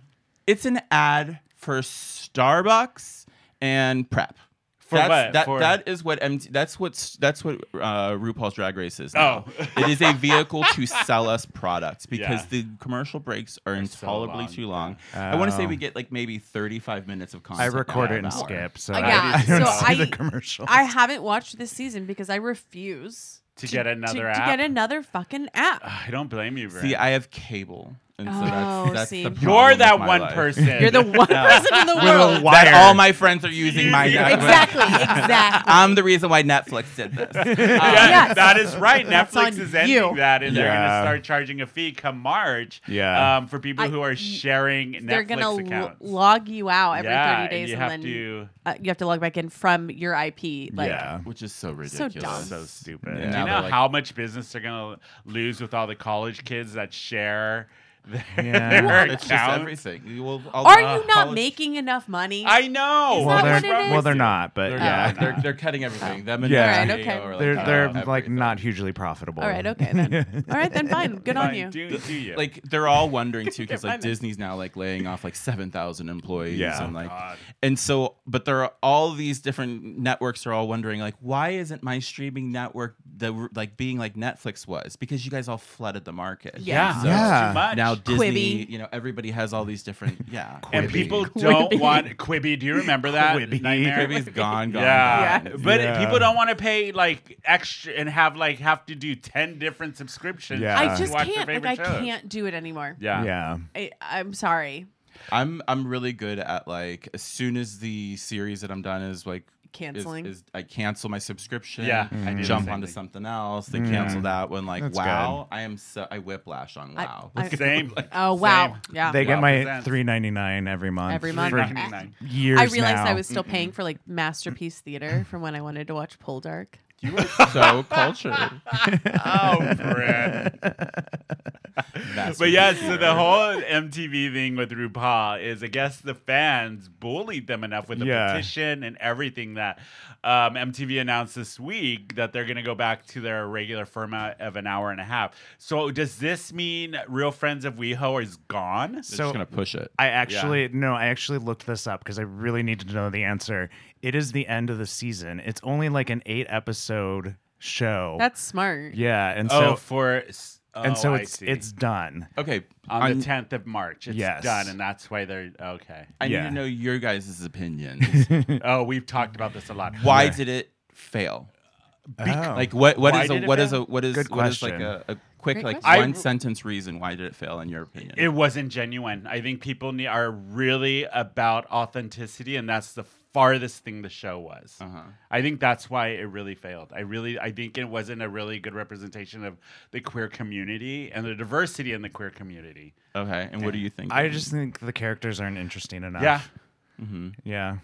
It's an ad for Starbucks and Prep. For that's, what? That, For- that is what MT, that's what's that's what uh, RuPaul's Drag Race is. Now. Oh. *laughs* it is a vehicle to sell us products because Yeah. the commercial breaks are so intolerably long, too yeah. long. I want to say Oh. we get like maybe thirty-five minutes of I content. record now, it and an hour. skip, so Uh, yeah, I, I don't so see I- the commercials. I haven't watched this season because I refuse To get another to, app? get another fucking app. I don't blame you, bro. See, I have cable, and so Oh, that's, that's see. the You're problem You're with that my one life. person. *laughs* You're the one Yeah. person in the With a world. wire. That all my friends are *laughs* using my network. exactly, exactly. I'm the reason why Netflix did this. Um, Yeah, Yes. Uh, that is right. That's Netflix on is ending you. that, and they're going to Yeah. start charging a fee come March. Yeah. um, for people I- who are sharing Netflix They're gonna lo- accounts. log you out every yeah, 30 days, you and, have then to. uh, you have to log back in from your IP. Like, yeah. Which is so So dumb. ridiculous. So stupid. Yeah. Do you Now know they're like- how much business they're gonna lose with all the college kids that share *laughs* their, Yeah. their It's just accounts? everything. You will- I'll- are uh, you not college- making enough money? I know. Is well, that they're what it is? well, they're not, but They're, yeah, yeah, they're, they're cutting everything. Them and Yeah. Alright, Mario okay. are, they're cutting they're out like everything. not hugely profitable. All right, okay *laughs* then. *laughs* All right then, fine. Good on Fine, you. Do, do you? Like they're all wondering too, because Yeah, like fine. Disney's now like laying off like seven thousand employees, Yeah. and like, God. and so, but there are all these different networks are all wondering like, why isn't my streaming network the like being like Netflix was? Because you guys all flooded the market. yeah, So Yeah. Too much. Now Disney, Quibi. you know, everybody has all these different *laughs* yeah. and Quibi. people Quibi. don't want Quibi. *laughs* Do you remember that Quibi. nightmare? Quibi's gone, gone. Yeah. gone. but Yeah. people don't want to pay like extra and have like have to do ten different subscriptions. Yeah. to Uh, I just watch their can't. Like, favorite I shows. can't do it anymore. Yeah. Yeah, I, I'm sorry. I'm I'm really good at like as soon as the series that I'm done is like is- Canceling. is, I cancel my subscription. Yeah, I I do the jump same onto thing. something else. They Mm. cancel that one. Like That's wow, I am so I whiplash on I- wow. I- Same. Oh wow. Yeah. they get Wow. my Presents. three ninety nine every month. Every for month. $3.99. years. I realized now. I was still paying for like Masterpiece Theater from when I wanted to watch Poldark. you are *laughs* so cultured. oh, Brett. That's *laughs* But yes, so the ridiculous. whole MTV thing with RuPaul is, I guess, the fans bullied them enough with the Yeah. petition and everything that um, MTV announced this week that they're going to go back to their regular format of an hour and a half. So does this mean Real Friends of WeHo is gone? They're so- just gonna push it. I actually no, I actually looked this up because I really needed to know the answer. It is the end of the season. It's only like an eight episode show. That's smart. yeah, and so oh, for and so oh, I it's see. it's done. Okay, on I'm- the tenth of March. It's Yes. done, and that's why they're okay. I need yeah. to know your guys' *laughs* opinions. oh, we've talked about this a lot. Why did it fail? Oh. Like what? What Why is did a it what is fail? a what is Good what is like question. a, a quick Great like question. one I- sentence reason why did it fail in your opinion? It wasn't genuine. I think people ne- are really about authenticity, and that's the farthest thing the show was. uh-huh. I think that's why it really failed. I really, I think it wasn't a really good representation of the queer community and the diversity in the queer community. Okay, and what do you think? I just think the characters aren't interesting enough. Yeah, yeah.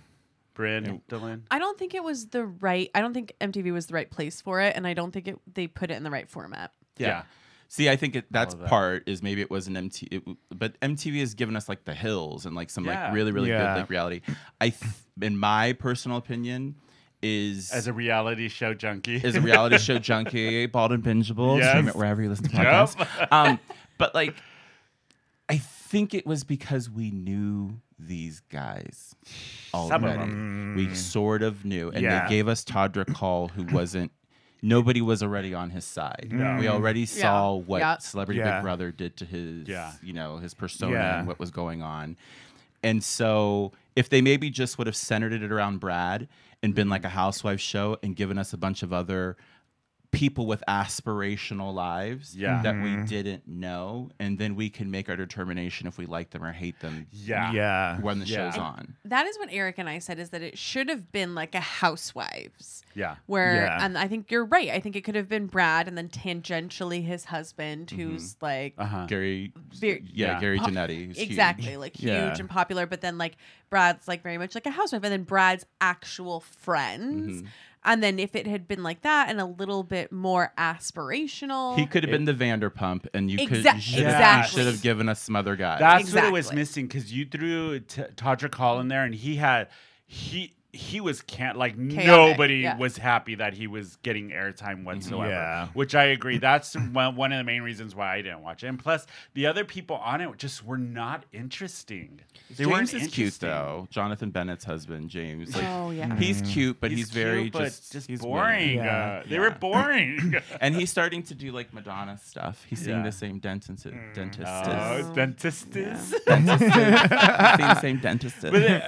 Bryn, Dylan. I don't think it was the right. I don't think MTV was the right place for it, and I don't think it they put it in the right format. Yeah. See, I think it, that's that. part is maybe it was an MTV, it, w- but MTV has given us like the hills and like some Yeah. like really really Yeah. good like reality. I, th- in my personal opinion, is as a reality show junkie. is a reality show junkie, bald and bingeable. Yes. Stream it wherever you listen to Yep. podcasts. Um, but like, I think it was because we knew these guys already. of Mm. Mm. We sort of knew, and Yeah. they gave us Todd *coughs* Call, who wasn't. Nobody was already on his side. Mm. We already saw what Yeah. Celebrity Yeah. Big Brother did to his, Yeah. you know, his persona Yeah. and what was going on. And so if they maybe just would have centered it around Brad and been Mm. like a housewife show and given us a bunch of other people with aspirational lives Yeah. Mm-hmm. that we didn't know and then we can make our determination if we like them or hate them yeah, Yeah. when the Yeah. show's on. That is what Eric and I said is that it should have been like a Housewives, *laughs* yeah. where Yeah. and I think you're right. I think it could have been Brad, and then tangentially his husband, Mm-hmm. who's like Uh huh. Gary Ver- Uh-huh. yeah, yeah. Gary Po- Janetti. who's huge. exactly like *laughs* huge Yeah. and popular but then like brad's like very much like a housewife and then brad's actual friends Mm-hmm. and then if it had been like that and a little bit more aspirational He could have been the Vanderpump and you could Exac- you should have, exactly. you should have given us some other guy. That's what it was Exactly. missing because you threw T- Todrick Hall in there, and he had he he was can't like Chaotic, nobody yeah. was happy that he was getting airtime whatsoever. Yeah. Which I agree. That's *laughs* one, one of the main reasons why I didn't watch it. And plus, the other people on it just were not interesting. They weren't James is cute interesting. though. Jonathan Bennett's husband, James. Like, Oh, yeah. he's cute, but he's, cute, very but just he's boring. weird. Uh, they Yeah. were *laughs* boring. *laughs* And he's starting to do like Madonna stuff. He's seeing Yeah. the same dentist, dentist, Oh, dentist is. *laughs* seeing the same dentist. but, uh,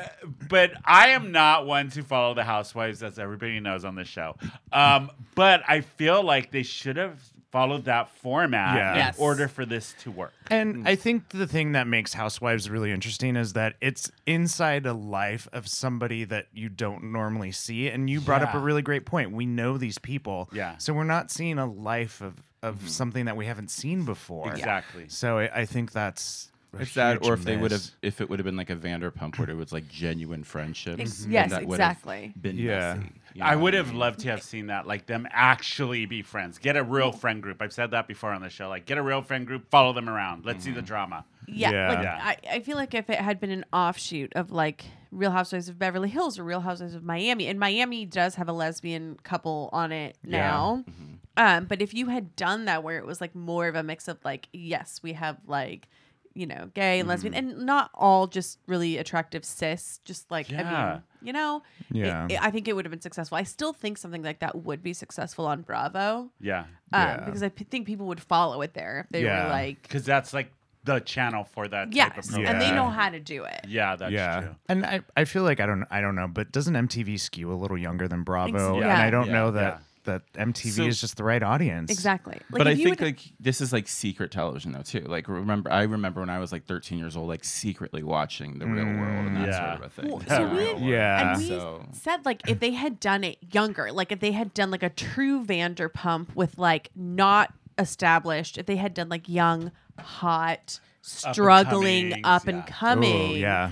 but I am not one to follow the housewives, as everybody knows on this show. Um, but I feel like they should have followed that format Yeah. in Yes. order for this to work. Hmm. And I think the thing that makes Housewives really interesting is that it's inside the life of somebody that you don't normally see. And you brought up a Yeah. really great point. We know these people. Yeah. So we're not seeing a life of, of Mm-hmm. something that we haven't seen before. Exactly. So I, I think that's. a If that, huge or if they would have, miss. if it would have been like a Vanderpump, where it was like genuine friendships. Ex- then yes, that would have exactly. Been Yeah. messy, you know I what would have mean? loved to have seen that, like them actually be friends. Get a real friend group. I've said that before on the show. Like, get a real friend group, follow them around. Let's see the drama. Yeah, Yeah. like Yeah. I, I feel like if it had been an offshoot of like Real Housewives of Beverly Hills or Real Housewives of Miami, and Miami does have a lesbian couple on it now. Mm-hmm. Um, but if you had done that where it was like more of a mix of like, yes, we have like, you know, gay and lesbian, Mm-hmm. and not all just really attractive cis, just like, I Yeah. mean, you know, it- Yeah. it- I think it would have been successful. I still think something like that would be successful on Bravo. Yeah. Um, Yeah. Because I p- think people would follow it there if they Yeah. were like, Because that's like the channel for that type of Yes, program. and they Yeah. know how to do it. Yeah, that's yeah, true. and I, I feel like I don't I don't know, but doesn't MTV skew a little younger than Bravo? Ex- And yeah. I don't Yeah. know that that MTV So- is just the right audience. Exactly. Like, but I if you think would- like this is like secret television though too. Like remember, I remember when I was like 13 years old, like secretly watching The Real World and that Mm, yeah. sort of a thing. Well, The so Real we- World. Yeah. and we So- said like if they had done it younger, like if they had done like a true Vanderpump with like not established, if they had done like young, hot, struggling, comings, up and yeah. coming, *laughs* Ooh, yeah,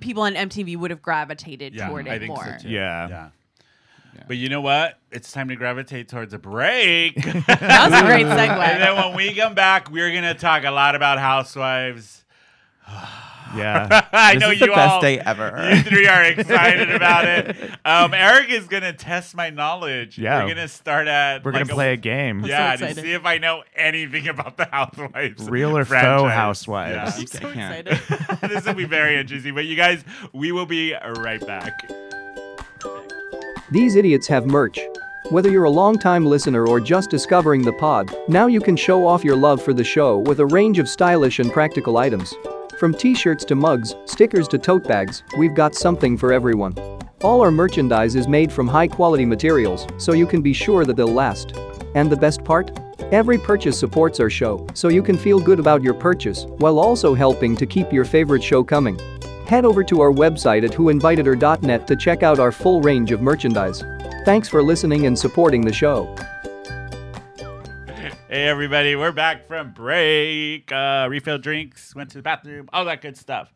people on MTV would have gravitated Yeah, toward it I think so, more. too. yeah, Yeah. But you know what? It's time to gravitate towards a *laughs* break. That was a great And then segue. when we come back, we're gonna talk a lot about housewives. *laughs* yeah. I This know is you the best all, day *laughs* *laughs* ever. you three are excited about *laughs* it. Um, Eric is gonna test my knowledge. Yeah. we're gonna start at. We're like gonna play a game. yeah, so to excited. see if I know anything about the housewives. Real or faux franchise. housewives. You I'm so can't. excited. *laughs* Yeah. *laughs* this will be very interesting. But you guys, we will be right back. These idiots have merch. Whether you're a long-time listener or just discovering the pod, now you can show off your love for the show with a range of stylish and practical items. From t-shirts to mugs, stickers to tote bags, we've got something for everyone. All our merchandise is made from high-quality materials, so you can be sure that they'll last. And the best part? Every purchase supports our show, so you can feel good about your purchase while also helping to keep your favorite show coming. Head over to our website at whoinvitedher.net to check out our full range of merchandise. Thanks for listening and supporting the show. Hey everybody, we're back from break. Uh, refilled drinks, went to the bathroom, all that good stuff.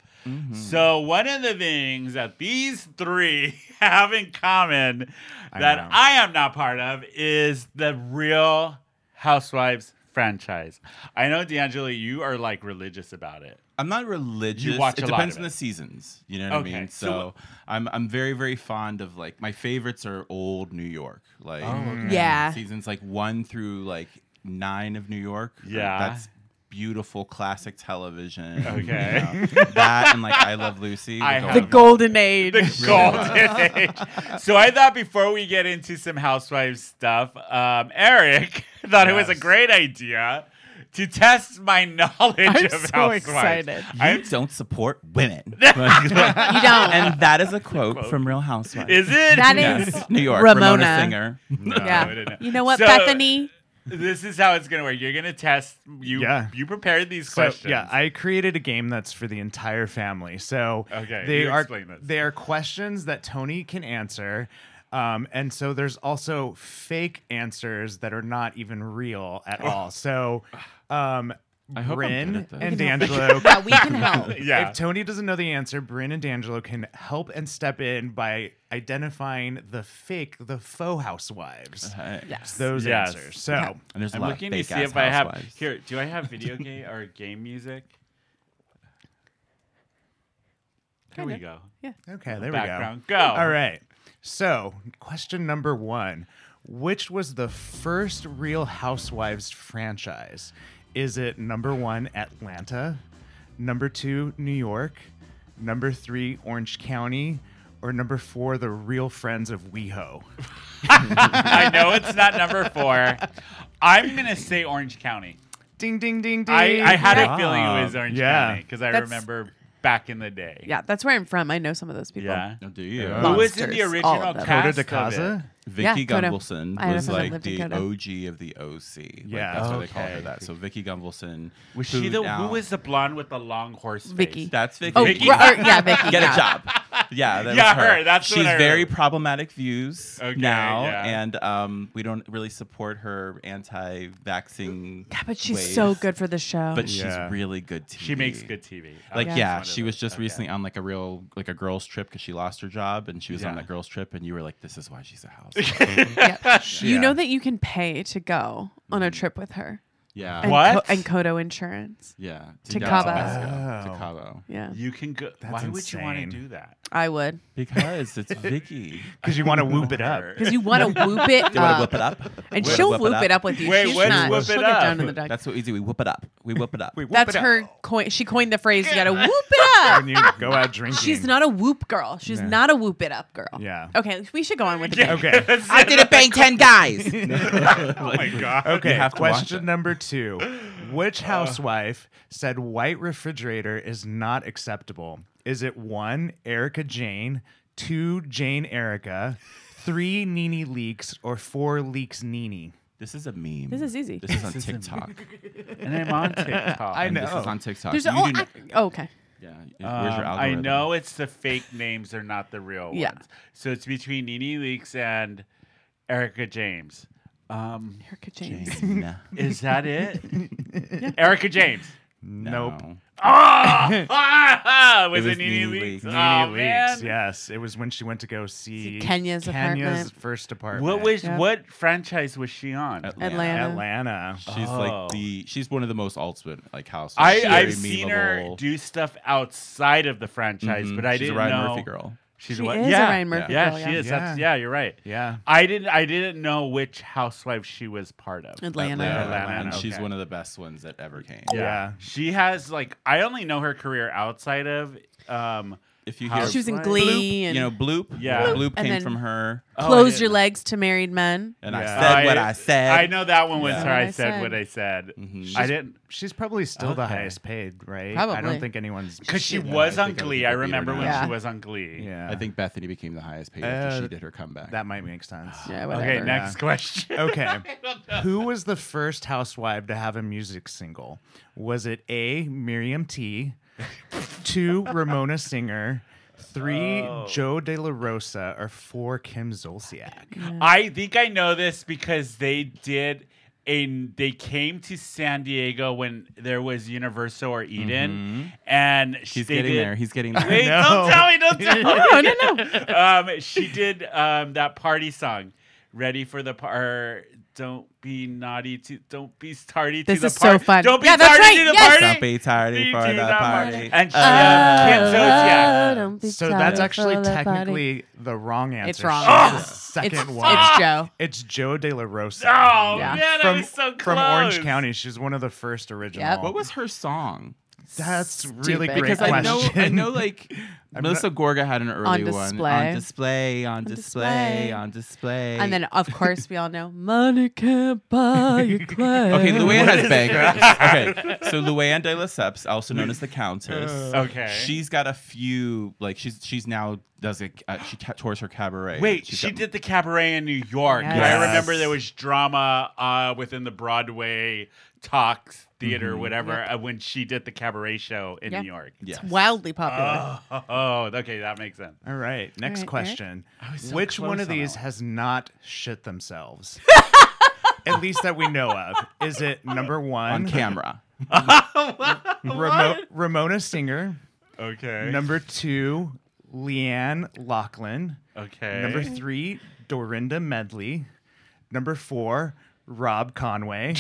So one of the things that these three *laughs* have in common that know. I am not part of is the Real Housewives franchise. I know D'Angelo, you are like religious about it. I'm not religious. You watch it a lot depends of on it. the seasons. You know what Okay, I mean? so So, I'm I'm very very fond of like my favorites are old New York. Like Oh, Mm. Mm. Yeah. seasons like 1 through like 9 of New York. Like, Yeah. That's beautiful classic television. you Okay. know. that and like I Love *laughs* Lucy. I with have- all The of- golden age. The *laughs* golden age. So I thought before we get into some housewives stuff, um, Eric *laughs* thought it was a Yes. great idea to test my *laughs* knowledge I'm of so housewives. excited. You I'm- don't support women. you don't. and that is a quote, from Real Housewives. *laughs* is it? That Yes, is New York. Ramona. Ramona *laughs* Singer. Uh, No, yeah. I didn't. You know what, So, Bethany? This is how it's gonna work. You're gonna test you. Yeah. You prepared these So questions. yeah, I created a game that's for the entire family. So Okay, they you are explain this. they are questions that Tony can answer. Um, and so there's also fake answers that are not even real Oh. at all. So um I hope I'm good Bryn at this. *laughs* and D'Angelo Yeah, we can *laughs* help. yeah. If Tony doesn't know the answer, Bryn and D'Angelo can help and step in by identifying the fake, the faux housewives. Hey. Yes. Those Yes. answers. So And there's a I'm lot looking of to fake see ass if I have housewives. here. Do I *laughs* have video game or game music? Here we go. Okay, there Background. we Go. go. All right. So, question number one Which was the first Real Housewives franchise? Is it number one, Atlanta? Number two, New York? Number three, Orange County? Or number four, The Real Friends of WeHo? I know it's not number four. I'm gonna say Orange County. Ding, ding, ding, ding. I, I had a Good feeling it was job. Orange yeah. County because I That's- remember back in the day. Yeah, that's where I'm from. I know some of those people. Yeah. Oh, do you? Who was in Monsters, the all original of them. cast? Dakota of it? DeCaza? Vicky Yeah, Coda. Gumbelson I had a friend was that like lived the in Coda. OG of the OC. Like, Yeah. that's why they called her Okay. that. So Vicky Gumbelson. Was she the now- who was the blonde with the long horse? Face? Vicky. That's Vicky. Oh, Vicky. ro- or- yeah, Vicky. *laughs* Get yeah. a job. Yeah, that Yeah, was her. her, that's what She's I very remember. problematic views Okay, now, yeah. and um, we don't really support her anti-vaxing. Yeah, but she's ways. so good for the show. But Yeah. she's really good TV. She makes good TV. I Like yeah, just wanted she to- was just okay. recently on like a real like a girls trip because she lost her job and she was on Yeah. that girls trip and you were like, this is why she's a house. Yeah. You Yeah. know that you can pay to go on a trip with her. yeah, And What? and Kodo Insurance. yeah, To yeah, Cabo. Mexico. Wow. to Cabo. Yeah, You can go. That's why would you want to insane. do *laughs* that? I would Because *laughs* it's Vicky. Because you want to whoop *laughs* it up. because you want to whoop it You want to up, whip it up? Uh, and Wanna she'll whoop it up. with you. Wait, she's what's not. whoop she'll it get up? down to the dog. That's so easy. We whip it up. We whip it up. *laughs* We whoop That's it up her coin. She coined the phrase. You gotta whoop it up. When you go out drinking. She's not a whoop girl. She's not a whoop it up girl. Yeah. Okay, we should go on with the game. *laughs* Okay. I didn't bang 10 *laughs* guys. Oh my god. Okay, have to watch it. question number two. Which housewife said white refrigerator is not acceptable? Is it one, Erica Jane, two, Jane Erica, three, Nene Leaks, or four, Leaks Nene? This is a meme. This is easy. This is on TikTok. And I'm on TikTok. I And This know. is on TikTok. There's You a, oh, do I, not- oh, okay. yeah. Where's Um, your algorithm? I know it's the fake names; they're not the real ones. Yeah. So it's between Nene Leaks and Erica James. Um, Erica James. Jane. is that it? *laughs* Erica James. Nope. No. Oh, ah, *laughs* was It it, was Nene, Nene Leaks? Leakes. Oh, Nene Nene man. Leakes, yes. It was when she went to go see Kenya's apartment. first apartment. What was Yeah. what franchise was she Uh, on? Atlanta. Atlanta? She's Oh. like the. She's one of the most ultimate like house. I, She's I've very seen her memeable. do stuff outside of the franchise, Mhm. but I she's didn't a Ryan know Murphy girl. She's She what? is a yeah. Ryan Murphy Yeah, girl. she is. That's, Yeah. yeah, you're right. Yeah. I didn't. I didn't know which housewife she was part of. Atlanta. Atlanta, and she's okay. one of the best ones that ever came. Yeah. She has like I only know her career outside of um If you How- hear, She was in Bloop, Glee and you know, bloop. Yeah. bloop And came then- from her. oh, I Close didn't- Your Legs to Married Men. And I Yeah. said what I said. I know that one was Yeah. her. What I I said said. what I said. Mhm. I didn't She's probably still the Okay. highest paid, right? I Probably. don't think anyone's because she Yeah, I was think on I would Glee. be I beat her remember when now. she was on Glee. Yeah. I think Bethany became the highest paid after Uh, she did her comeback. that might make sense. *sighs* Yeah, whatever. Okay, next question. *laughs* Okay. Who was the first housewife to have a music single? Was it A, *laughs* Miriam T, two, Ramona Singer, three, Oh. Joe De La Rosa, or four, Kim Zolciak? I think I know this because they did a they came to San Diego when there was Universal or Eden and He's they getting did- there. *laughs* He's getting there. Wait, don't No. tell me, don't tell me. no, no, no. Um, she did um, that party song, "Ready for the Par." Don't be naughty to. Don't be tardy to This the is so party. fun. Don't be Yeah, that's tardy right, to the yes. party. Don't be tardy for to the party. And she, Oh, uh, Kim Zolciak. don't be So tired that's for actually the party. technically the wrong answer. It's wrong. *laughs* She's the It's, second one. it's Joe. It's Joe De La Rosa. Oh Yeah. man, I From, was so close. from Orange County, she's one of the first original. Yep. What was her song? That's really Stupid. great Because I know, question. I *laughs* know, like Melissa Gorga had an early one display. on display, on display. display, on display. And *laughs* then, of course, we all know money can't buy you class. *laughs* okay, Luann has bangers. okay, so Luann de Lesseps, also known as the *laughs* Countess. Okay. She's got a few like she's she's now does it. Uh, she t- tours her cabaret. Wait, She's she got- did the cabaret in New York. Yes. I Yes. remember there was drama uh, within the Broadway talks theater, Mm-hmm. whatever, uh, when she did the cabaret show in Yeah. New York. Yes. Wildly popular. Oh, oh, okay, that makes sense. *laughs* All right, next All right, Eric. question. Oh, so Which close one of on that these one. has not *laughs* shit themselves? At least that we know of. Is it number on one, camera. Ramo- *laughs* Ramona Singer? Okay. Number two, Leanne Lachlan? okay. Number *laughs* three, *laughs* Dorinda Medley? Number four, Rob Conway?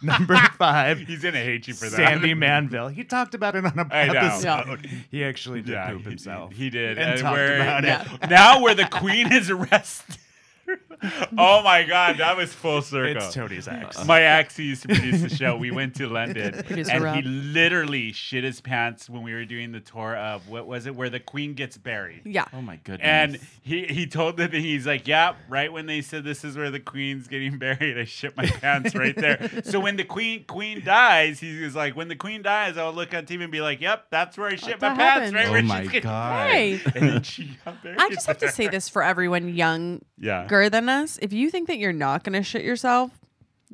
Number five, He's gonna hate you for that. Sandy Manville. He talked about it on a *laughs* I know. episode. He actually did Yeah, poop he- himself. He, did. And And talked where- about it. Now where the queen is arrested. *laughs* oh my god, that was full circle. It's Tony's ex. My ex who used to produce the show. We went to London, Uh, *laughs* Producer and Rob. he literally shit his pants when we were doing the tour of what was it, where the queen gets buried. Yeah. Oh my goodness. And he, he told the thing, he's like, yeah, right when they said this is where the queen's getting *laughs* buried, I shit my pants right there. So when the queen queen dies, he was like, when the queen dies, I'll look on TV and be like, yep, that's where I shit my that pants, happened. right Oh where my she's getting *laughs* God. buried. *laughs* Hey. And then she got buried. I just have to say this for everyone younger yeah. than us. If you think that you're not going to shit yourself,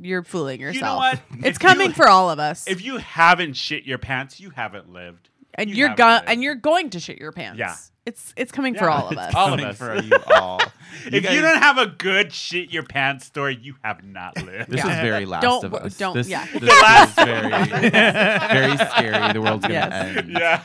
you're fooling yourself. know what? If It's you- coming for all of us. If you haven't shit your pants, you haven't lived. and you you are haven't going lived. and you're going to shit your pants. Yeah. It's it's coming Yeah, for all of it's us. all Coming of us. for you *laughs* all. if guys- you don't have a good shit your pants story, you have not lived. This Yeah. is very last Don't of w- us. don't- This, yeah. this Last- is very, very scary. The world's gonna Yes. end. *laughs* yeah.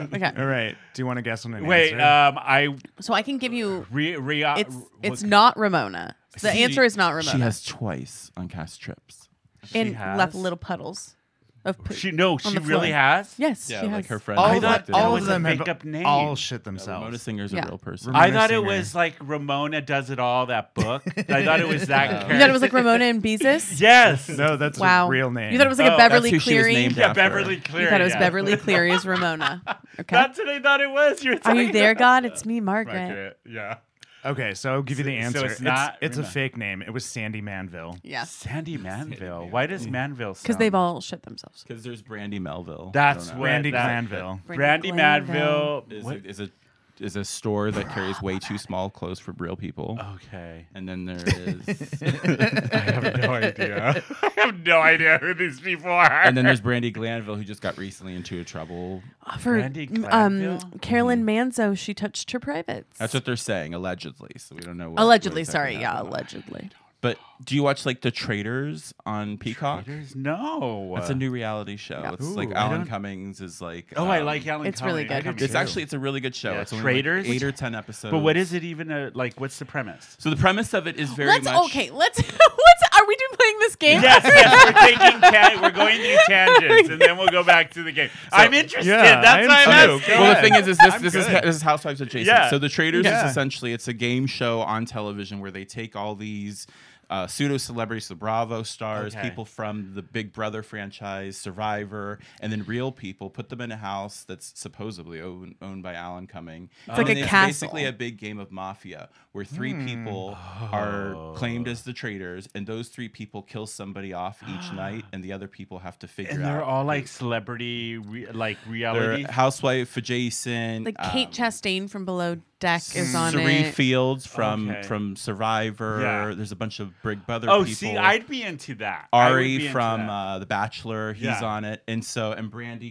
okay. All right. Do you want to guess on an Wait, answer? um, I So I can give you re, re uh, it's it's what- not Ramona. The She- answer is not Ramona. She has twice on cast trips. and has? left little puddles of poop. She no, she the really floor. has. Yes, she has. friend. all I of thought them, all was of a them have make-up name. all shit Ramona themselves. Singer's Yeah. a real person. Ramona I thought it Singer. was like Ramona does it all that book. I thought it was that. You thought it was like Ramona and Beezus? yes. No, that's Wow. a real name. You thought it was like Oh, a that's Beverly who she was Cleary. named Yeah, after. Beverly Cleary. You thought it was yeah. Beverly Cleary's Ramona. Okay. *laughs* That's what I thought it was. You're Are you talking there, about- God? It's me, Margaret. Margaret, Yeah. Okay, so I'll give you the So- so answer. it's not it's, a Rima. fake name. It was Sandy Manville. Yes. Sandy Manville. Why does Manville? Because they've all shit themselves. Because there's Brandy Melville. That's I don't know. where Randy that- Glanville. Brandy Manville. is what- a, is a is a store that carries way too small clothes for real people. Oh. Okay. And *laughs* then there is I have no idea. *laughs* I have no idea who these people are. *laughs* and then there's Brandy Glanville who just got recently into a trouble. Oh, For Brandy mm, Glanville? um, Carolyn Manzo, she touched her privates. That's what they're saying allegedly. So we don't know. What, allegedly. what exactly sorry, yeah, happened. allegedly. But do you watch like The Traitors on Peacock? There's no. That's a new reality show. It's like Ooh, I Alan don't- Cummings is like. Oh, I um, like Alan. It's really Cumming. good. I do It's too. actually it's a really good show. Yeah, it's only like, Traitors? eight or ten episodes. But what is it even uh like? What's the *laughs* premise? So the premise of it is very Let's much okay. Let's. *laughs* What's are we doing playing this game? yes, yes, we're taking tan- we're going through tangents, and then we'll go back to the game. I'm interested. Yeah, I That's am why I'm too. asking. Go well, the ahead. thing is, is this I'm this is, good. this is Housewives adjacent. Yeah. So the Traders Yeah. is essentially it's a game show on television where they take all these uh, pseudo celebrities, the Bravo stars, Okay. people from the Big Brother franchise, Survivor, and then real people, put them in a house that's supposedly own, owned by Alan Cumming. It's like a it's castle. basically a big game of mafia where three people are claimed as the traitors, and those three people kill somebody off each night, and the other people have to figure and out. they're all like celebrity, re- like their reality. housewife adjacent, Like Kate um, Chastain from Below Deck is on Sari it. Fields from Mm. Okay. from Survivor. Yeah. There's a bunch of Big Brother oh, people. see, I'd be into that. I would be Ari into from that. uh, The Bachelor, he's Yeah. on it, and so and Brandy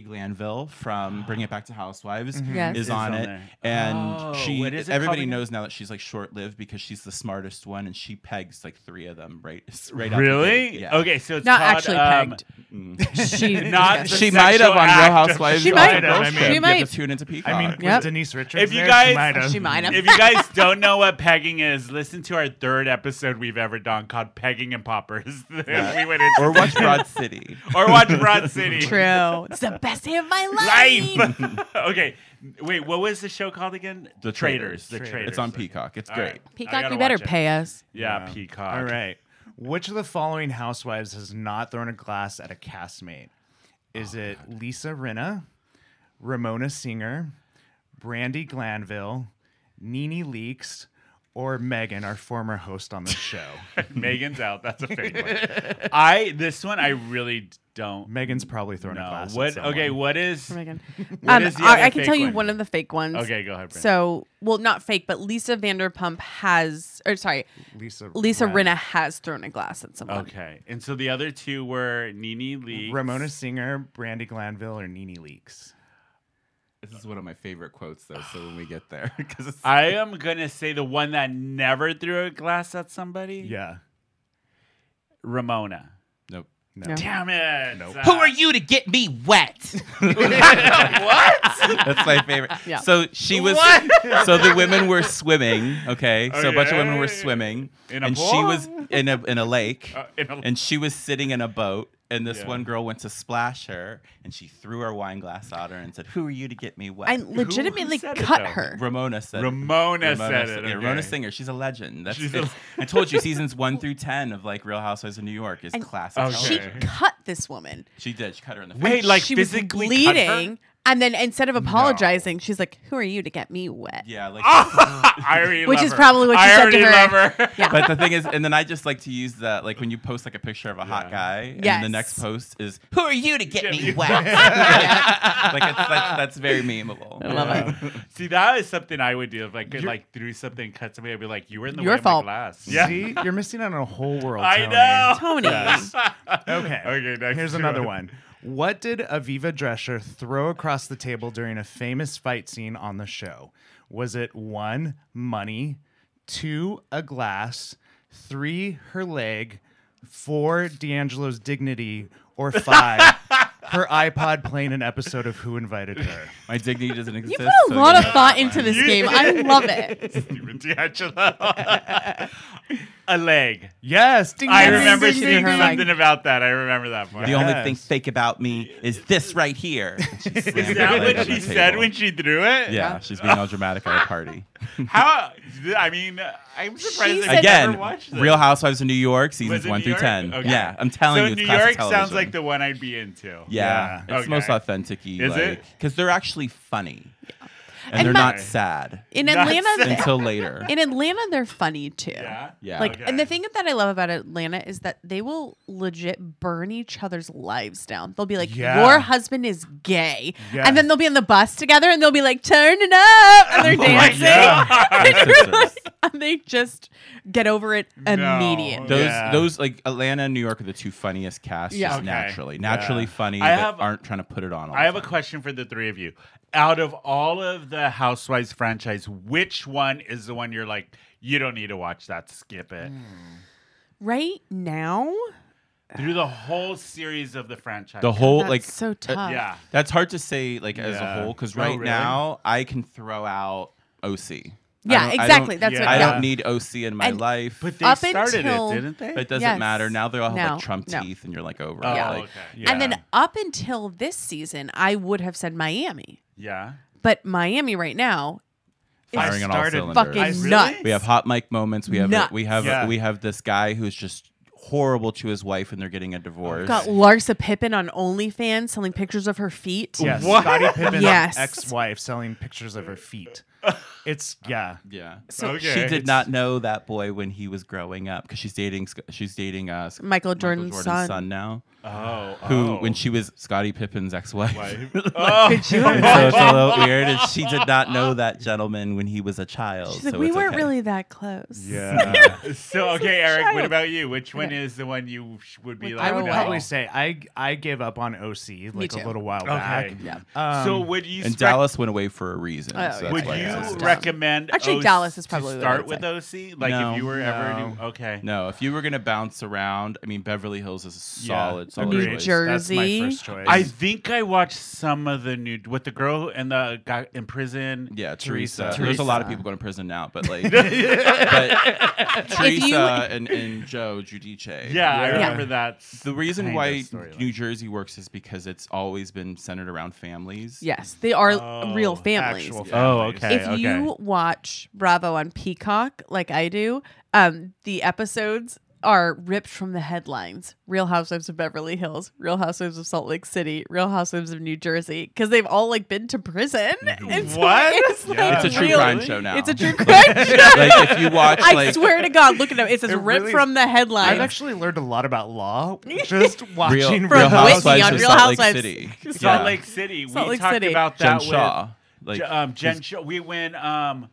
*gasps* Glanville from Bring It Back to Housewives Yes. is Is on on it, there. and Oh, she what is it called everybody again? knows now that she's like short lived because she's the smartest one, and she pegs like three of them right *laughs* right out the really? gate. Yeah. Okay, so it's Not called, actually um, pegged. *laughs* She Not yes. She The might have sexual on Real act of- Housewives. She on might. Girls She Trip. You have might. to tune into Peacock. I mean, Yep. was Denise Richards If you there? guys- she might have. She might have. if you guys don't know what pegging is, listen to our third episode we've ever done called "Pegging and Poppers." *laughs* we went into *laughs* or watch Broad City. or watch Broad *laughs* City. True. *laughs* It's the best day of my life. Life. *laughs* okay, wait. What was the show called again? The Traitors. The Traitors. It's on Peacock. Peacock. It's All great. right. I Peacock, gotta you better watch it. pay us. Yeah, Peacock. All right. Which of the following housewives has not thrown a glass at a castmate? Is Oh, it Lisa Rinna, Ramona Singer, Brandy Glanville, Nene Leakes, or Megan, our former host *laughs* on the show? *laughs* Megan's out. That's a fake one. I this one I really don't Megan's probably thrown a know. glass. At What? someone. Okay. What is? Oh my God. What Um, is the other I, I can fake tell you one? one of the fake ones. Okay, go ahead. Brandon. So, well, not fake, but Lisa Vanderpump has, or sorry, Lisa. Lisa Ren- Rinna has thrown a glass at someone. okay, and so the other two were Nene Lee, Ramona Singer, Brandy Glanville, or Nene Leakes? This is one of my favorite quotes, though. So when we get there, *laughs* because it's I am gonna say the one that never threw a glass at somebody. Yeah. Ramona. nope. No. Damn it! Uh, Who are you to get me wet? That's my *laughs* favorite. Yeah. So she was. So the women were swimming. Okay. So a bunch of women were Okay. swimming, In a and she pool? was in a in a lake, Uh, in a- and she was sitting in a boat, And this Yeah. one girl went to splash her, and she threw her wine glass at her and said, "Who are you to get me wet?" I legitimately said it, cut though? her. Ramona said. Ramona, said Sa- it. yeah, Okay. Ramona Singer. She's a legend. That's She's a- it's, I told you seasons one through ten of like Real Housewives of New York *laughs* is And classic. Okay. She television. cut this woman. she did. She cut her in the face. Wait, like she physically was cut her? bleeding, and then instead of apologizing, she's like, "Who are you to get me wet?" yeah, like *laughs* I already Which love is her. probably what I she said already to her. love her. *laughs* Yeah. but the thing is, and then I just like to use that, like when you post like a picture of a hot Yeah. guy, and then the Yes. next post is Who are you to get, Get me me wet? *laughs* like it's, that's, that's very memeable. I love it. See, that is something I would do if I could You're- like threw something, cut somebody. I'd be like, "You were in the Your way fault. of my glass." See, you're missing out on a whole world. I Tony. know. Tony. Okay. *laughs* Okay, next Here's one. *laughs* another one. What did Aviva Drescher throw across the table during a famous fight scene on the show? Was it one, money, two, a glass, three, her leg, four, D'Angelo's dignity, or *laughs* five, her iPod playing an episode of Who Invited Her? My dignity doesn't You exist. put a lot of thought into *laughs* this game. I love it. Steven D'Angelo. a leg. Yes, ding, I ding, ding, remember ding, she seeing ding, her ding. something about that. I remember that part. the only Yes. thing fake about me is this right here. And she slammed her *laughs* Is that leg what on the she said table. when she threw it? Yeah, she's being all dramatic at a party. How? I mean, I'm surprised *laughs* She I said- never Again, watched this. Real Housewives of New York Was seasons it one New through York? ten. Okay. Yeah, I'm telling so you, it's New York classic sounds television. like the one I'd be into. yeah, Yeah. it's the most Okay. authentic. Is it? Because they're actually funny, and, And they're my- not sad In Not Atlanta, sad. until later. *laughs* in Atlanta, they're funny too. Yeah. Yeah. Like, and Okay. the thing that I love about Atlanta is that they will legit burn each other's lives down. They'll be like, Yeah. "Your husband is gay," Yeah. and then they'll be on the bus together, and they'll be like, "Turn it up," *laughs* and they're Oh Oh dancing, They're sisters. *laughs* and they just get over it immediately. Those, Yeah. those like Atlanta and New York are the two funniest casts Yeah. just Okay. naturally, naturally Yeah. funny. I that have- aren't trying to put it on. All *laughs* I have the a time. question for the three of you. Out of all of the Housewives franchise, which one is the one you're like, you don't need to watch that, skip it? Mm. Right now, Through the whole series of the franchise. The whole that's like so uh, tough. Yeah. that's hard to say like as a Yeah. whole because Oh, right really? now I can throw out OC. yeah, exactly. That's yeah. what. I yeah. don't need OC in my And- life. But they Up started until- it, didn't they? But it doesn't Yes. matter. Now they all have No, like Trump no. teeth, and you're like over. Oh, it. Yeah. Like, okay. Yeah. And then up until this season, I would have said Miami, Yeah. but Mimiami right now is Firing on all started cylinders. fucking I really- nuts. we have hot mic moments. We have Nuts. we have Yeah. we have this guy who's just horrible to his wife, and they're getting a divorce. Got Larsa Pippen on OnlyFans selling pictures of her feet. Yes, What? Scottie Pippen's Yes. ex-wife selling pictures of her feet. It's *laughs* yeah. yeah. So Okay. She did not know that boy when he was growing up because she's dating Sc- she's dating uh, Sc- Michael Jordan's son. now, Oh. who oh. when she was Scottie Pippen's ex-wife. *laughs* Wife. And Oh. Could *laughs* you so it's imagine? a little weird, and she did not know that gentleman when he was a child. She's like, so we it's weren't okay." really that close. Yeah. So okay, Eric. What child. about you? Which one Okay. is the one you sh- would be Would like? I would no. Wow. probably say I I gave up on OC like too. a little while back. Okay. Yeah. Um, so would you? And spec- Dallas went away for a reason. Oh, so yeah. that's Would why you I was down. recommend? Actually, OC Dallas is to probably what I start would with OC. Like No. if you were ever No. to, okay. No, if you were gonna bounce around, I mean, Beverly Hills is Yeah, a solid, solid New choice. Jer- That's Jersey. my first choice. I think I watched some of the new with the girl who- and the guy in prison. Yeah, Teresa. Teresa. There's a lot of people going to prison now, *laughs* but like, but Teresa you- and, and Joe Giudice. Yeah, I remember that. The reason kind why of storyline. New Jersey works is because it's always been centered around families. Yes, they are Oh, real families. Actual Oh, families. okay. If you watch Bravo on Peacock, like I do, um, the episodes are ripped from the headlines Real Housewives of Beverly Hills, Real Housewives of Salt Lake City, Real Housewives of New Jersey, because they've all like been to prison. And so What? *laughs* It's, Yeah. like, It's a true real- crime show now. It's a *laughs* true crime show. like if you watch, I like swear to God, look at it. It says It ripped really- from the headlines. I've actually learned a lot about law just Real, watching Real Wiki Housewives on of Real Salt Lake Housewives. City. Salt Yeah. Lake City. Salt we Lake talked City. about Jen that Shaw. with Like, J- um, Jen she's- Shaw. We when um,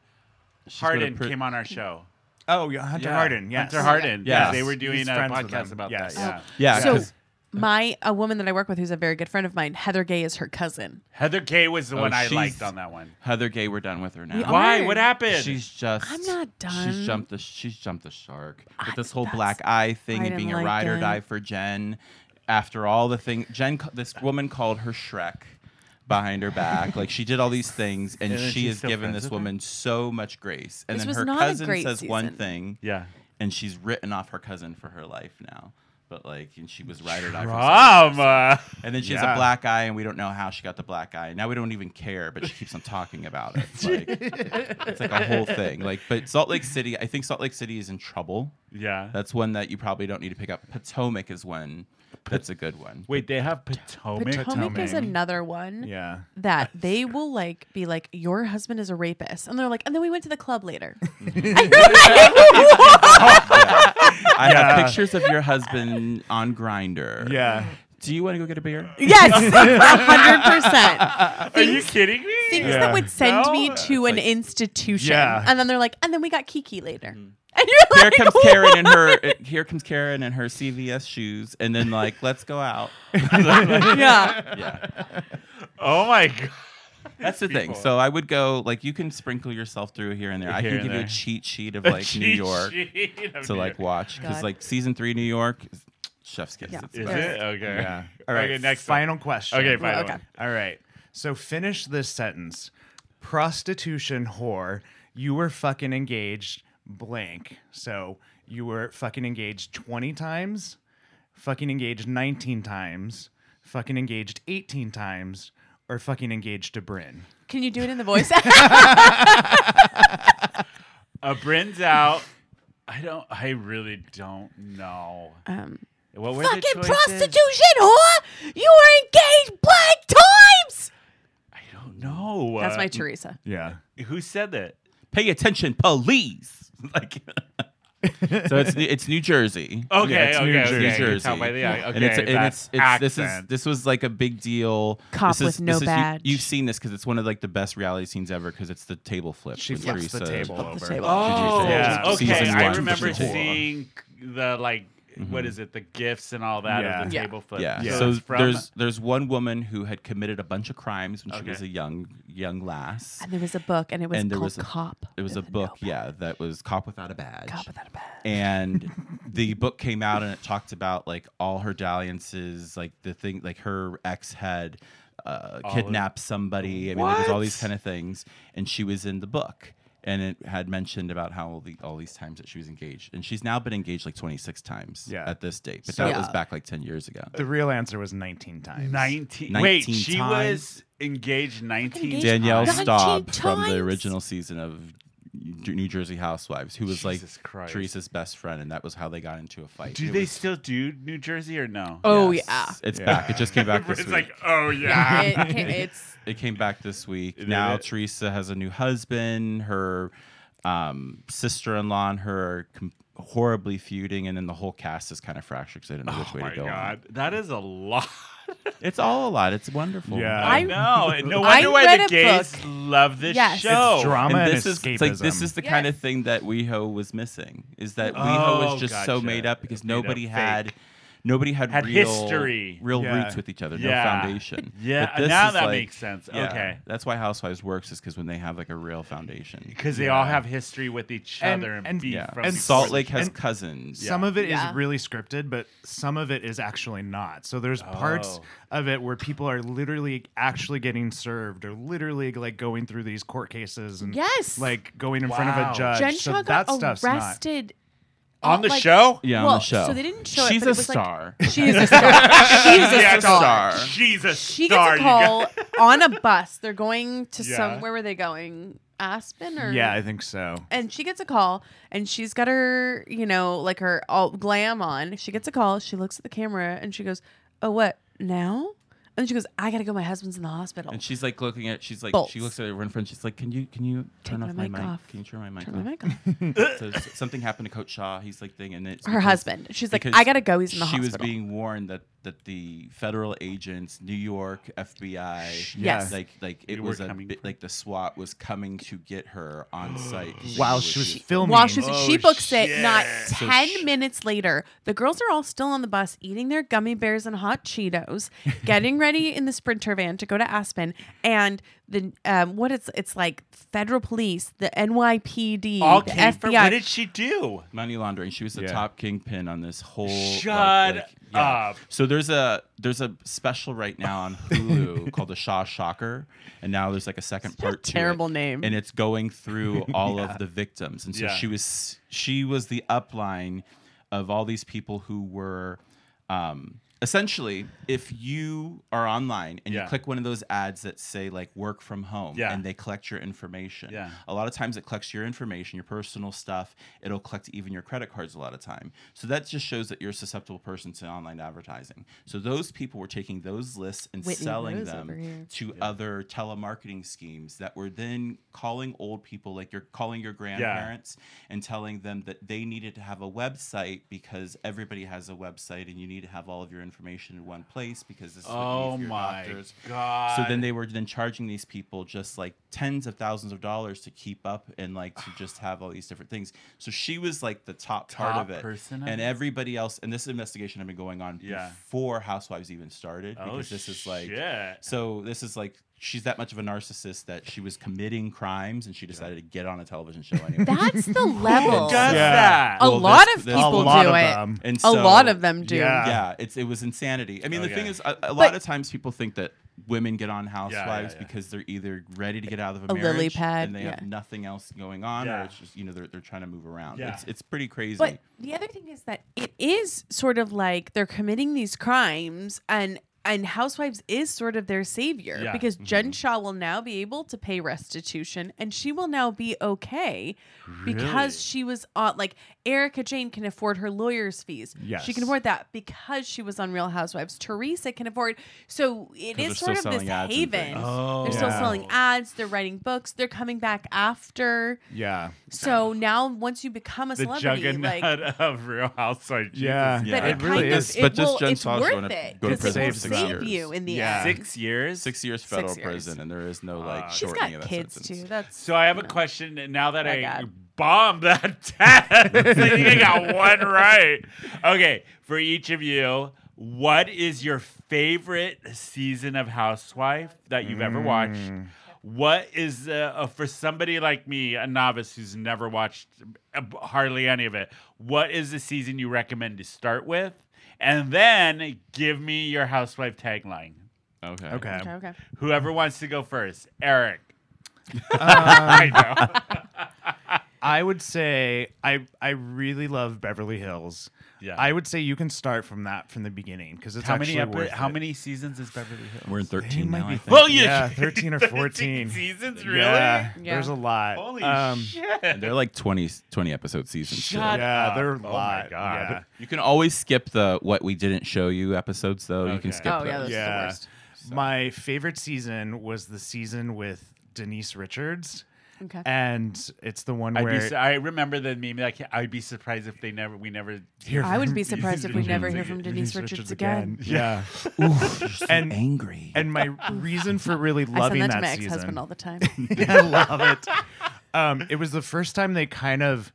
she's gonna Harden pr- came on *laughs* our show. Oh, yeah, Hunter Harden. Yes. Hunter Harden. Yes. Yeah, they were doing He's a friends with podcast him. about Yes. that. Yeah. Yeah, So- 'cause- My a woman that I work with who's a very good friend of mine, Heather Gay is her cousin. Heather Kay was the Oh, one I she's- liked on that one. Heather Gay, we're done with her now. We are. Why? Darn. What happened? She's just. I'm not done. She's jumped the. She's jumped the shark. I- With this whole that's- black eye thing I and being didn't a like ride or it. die for Jen, after all the thing, Jen, ca- this woman called her Shrek behind her back. like she did all these *laughs* things, and, And then she she's has still given friends this with her? woman so much grace. And This then was her not a cousin great says one season. thing, yeah. and she's written off her cousin for her life now. but like, and she was ride or die. for some Um, Um, reason. uh, Trauma. And then she has Yeah. a black eye, and we don't know how she got the black eye. Now we don't even care, but she keeps on talking about it. It's like, it's like a whole thing. Like, but Salt Lake City, I think Salt Lake City is in trouble. Yeah. That's one that you probably don't need to pick up. Potomac is one. That's a good one. Wait, they have Potomac. Potomac is Potomac. another one Yeah. that they will like be like, your husband is a rapist, and they're like, and then we went to the club later. And you're like, I Yeah. have pictures of your husband on Grinder. Yeah. Do you want to go get a beer? yes, hundred percent. Are you kidding me? Things Yeah. that would send No, me it's to an like- institution, Yeah. and then they're like, and then we got Kiki later, *laughs* and you're Here like, comes "What?" *laughs* Karen in her. uh, Here comes Karen in her CVS shoes, and then like, let's go out. Yeah, Yeah. Oh my god. That's the thing. people. So I would go like you can sprinkle yourself through here and there. I Here can and give you there. a cheat sheet of like New Cheat *laughs* York sheet of to New like York. watch because God. like season three New York, is chef's kiss. Yeah. It's Is about- it? Okay. Yeah. All right. Okay, next one. final question. Okay, final okay. one. All right. So finish this sentence. Prostitution whore. You were fucking engaged blank. So you were fucking engaged 20 times, fucking engaged 19 times, fucking engaged 18 times, or fucking engaged to Bryn. can you do it in the voice? *laughs* A Brin's out. I don't. I really don't know. um, What were the fucking choices? prostitution whore! You were engaged blank times. I don't know. That's Uh, my Teresa. Yeah. Who said that? Pay attention, police. *laughs* like, so it's New- it's New Jersey. Okay, it's okay, New okay. Jersey. I can tell by the eye. Okay, and it's, and that it's, it's this is accent. this was like a big deal. Cop this is, with no this is, badge. You, have seen this because it's one of like the best reality scenes ever because it's the table flip. She with flips the Teresa. table over. table. Oh, Yeah. okay. Season I one, remember season four. Mm-hmm. seeing the like. what is it? The gifts and all that of the Yeah. Yeah. table flip. Yeah. Yeah. So it's from- there's there's one woman who had committed a bunch of crimes when she Okay. was a young young lass. And there was a book, and it was And there called was a- Cop. It was a with book, no yeah, that was Cop Without a Badge. Cop without a badge. and *laughs* the book came out and it talked about like all her dalliances, like the thing, like her ex had uh, All of- kidnapped somebody. I mean, like, there's all these kind of things, and she was in the book, and it had mentioned about how all, the, all these times that she was engaged, and she's now been engaged like 26 times Yeah. at this date, but So- that was Yeah. back like 10 years ago. The real answer was 19 times. 19, 19 Wait, she was times. engaged 19 Engaged Danielle times. Staub 19 from times? the original season of New Jersey Housewives, who was Jesus like Christ. Teresa's best friend, and that was how they got into a fight. Do It they was- still do New Jersey or no? Oh Yes. yeah. it's Yeah. back. It just *laughs* came back *laughs* this it's week. like, oh yeah. Yeah, *laughs* *laughs* it, ca- it's it came back this week. Did now it? Teresa has a new husband. Her um, sister-in-law and her are com- horribly feuding, and then the whole cast is kind of fractured because they don't know which oh way my to go. on god, it. that is a lot. It's all a lot. It's wonderful. Yeah. I I- know. and No I wonder why read the a gays book. love this Yes. It's show. Drama and and, this is escapism. it's like this is the kind of Yes. thing that WeHo was missing is that Yeah. WeHo Oh, was just so gotcha. made up because Made up nobody fake. had nobody had, Had real, history. real Yeah. roots with each other, Yeah. no foundation. Yeah, But this now is that like- makes sense. yeah, Okay. that's why Housewives works is because when they have like a real foundation, Because they all have history with each And- other and, and- beef yeah, from and before Salt the Lake has and- cousins. Some of it is Yeah. really scripted, but some of it is actually not. So there's parts Oh. of it where people are literally actually getting served or literally like going through these court cases and Yes. like going in front of Wow. a judge. Jen so Shaw that got stuff's not. arrested. on uh, the like- show. Yeah, Well, on the show. so they didn't show it, She's but a it was, like, *laughs* star. She's a star. She's a Yeah, star. star. She's a She gets star. a you guys. call on a bus. They're going to Yeah. some. Where were they going? Aspen or Yeah, I think so. and she gets a call and she's got her you know like her all glam on she gets a call she looks at the camera and she goes oh what now and she goes i gotta go my husband's in the hospital And she's like looking at, she's like, Bolts. she looks at her in front. She's like, "Can you, can you turn my off my mic mic? off. Can you turn my mic Turn off?" my mic on. so s- something happened to Coach Shaw. He's like thing, and *laughs* it's her because- husband she's like because i gotta go he's in the she hospital was being warned that that the federal agents, New York FBI, Yes. like like We it were was a coming bit, like the SWAT was coming to get her on site 'cause they While knew she what was filming, while she's Oh, she books it not shit. 10 minutes later the girls are all still on the bus eating their gummy bears and hot cheetos getting ready in the sprinter van to go to aspen and the um what it's it's like federal police the nypd All the came fbi from. What did she do? money laundering. She was the Yeah. top kingpin on this whole. like- Shut like- yeah. up. So there's a there's a special right now on Hulu called The Shaw Shocker, and now there's like a second part. to it. terrible name. And it's going through all of the victims, and so Yeah. she was she was the upline of all these people who were Um, essentially, if you are online and Yeah. you click one of those ads that say like work from home Yeah. and they collect your information, Yeah. a lot of times it collects your information, your personal stuff. It'll collect even your credit cards a lot of time. So that just shows that you're a susceptible person to online advertising. So those people were taking those lists and Whitney selling Rose over here. them to other telemarketing schemes that were then calling old people, like you're calling your grandparents and telling them that they needed to have a website because everybody has a website and you need to have all of your information in one place because this is Oh what you need for your my doctors. god! So then they were then charging these people just like tens of thousands of dollars to keep up and like *sighs* to just have all these different things. So she was like the top, part Top of it, person of and it? everybody else. And this investigation had been going on Yeah. before Housewives even started Oh, because this is like shit. so this is like she's that much of a narcissist that she was committing crimes and she decided to get on a television show anyway. That's the level. does Yeah. that? a Well, lot this- of this- a people lot do of it. them. and a lot so- of them do. Yeah. yeah, it's it was insanity. I mean, Ah. Okay. the thing is, a, a lot of times people think that women get on Housewives yeah, yeah. because they're either ready to get out of a, A marriage lily pad, and they have yeah. nothing else going on, Yeah. or it's just you know they're, they're trying to move around. Yeah. It's it's pretty crazy. But the other thing is that it is sort of like they're committing these crimes and and housewives is sort of their savior Yeah. because mm-hmm. Jen Shaw will now be able to pay restitution and she will now be okay Really? because she was on like Erica Jane can afford her lawyer's fees. She Yes. can afford that because she was on Real Housewives. Teresa can afford so it 'Cause is they're sort of still this selling ads and haven. things. Oh. they're still Yeah. selling ads, they're writing books, they're coming back after. Yeah. So now once you become a the celebrity, juggernaut like *laughs* of Real Housewives. Jesus. Yeah. Yeah. but It it, really kind is. of, it But just will, Jen it's Sauer's worth gonna it go to because it will prison for six save years. you in the Yeah. end. Uh, Six years. Six years federal years. prison, and there is no Uh, like She's shortening got of that kids sentence. too. That's So I have a you know. question. and Now that My I God. bombed that *laughs* test, I think I got one right. Okay, for each of you, what is your favorite season of Housewife that you've ever watched? What is uh, uh, for somebody like me, a novice who's never watched uh, hardly any of it? What is the season you recommend to start with? And then give me your housewife tagline. Okay. Okay. Okay, okay. Whoever wants to go first, *laughs* Eric. Um, I know. I would say I I really love Beverly Hills. Yeah. I would say you can start from that from the beginning because it's How actually many epi- worth How it. many seasons is Beverly Hills? We're in They thirteen might now. be I *laughs* think. Well, you- yeah, thirteen or 13 fourteen. seasons, really? Yeah, Yeah. there's a lot. Holy Um, shit! they're like 20, 20 episode seasons. too. Shut Yeah, up. they're Oh a my lot, god. yeah. You can always skip the what we didn't show you episodes though. You Okay. can skip Oh yeah, that's those. the Yeah. worst. My favorite season was the season with Denise Richards, Okay. and it's the one I'd where be su- I remember the meme. Like I'd be surprised if they never. We never. Hear I would be from surprised if we Denise never Richards hear *laughs* from again. Denise Richards again. Yeah, and And- angry. *laughs* and *laughs* my reason for really I loving send that to my season. ex-husband all the *laughs* time. I love it. Um, it was the first time they kind of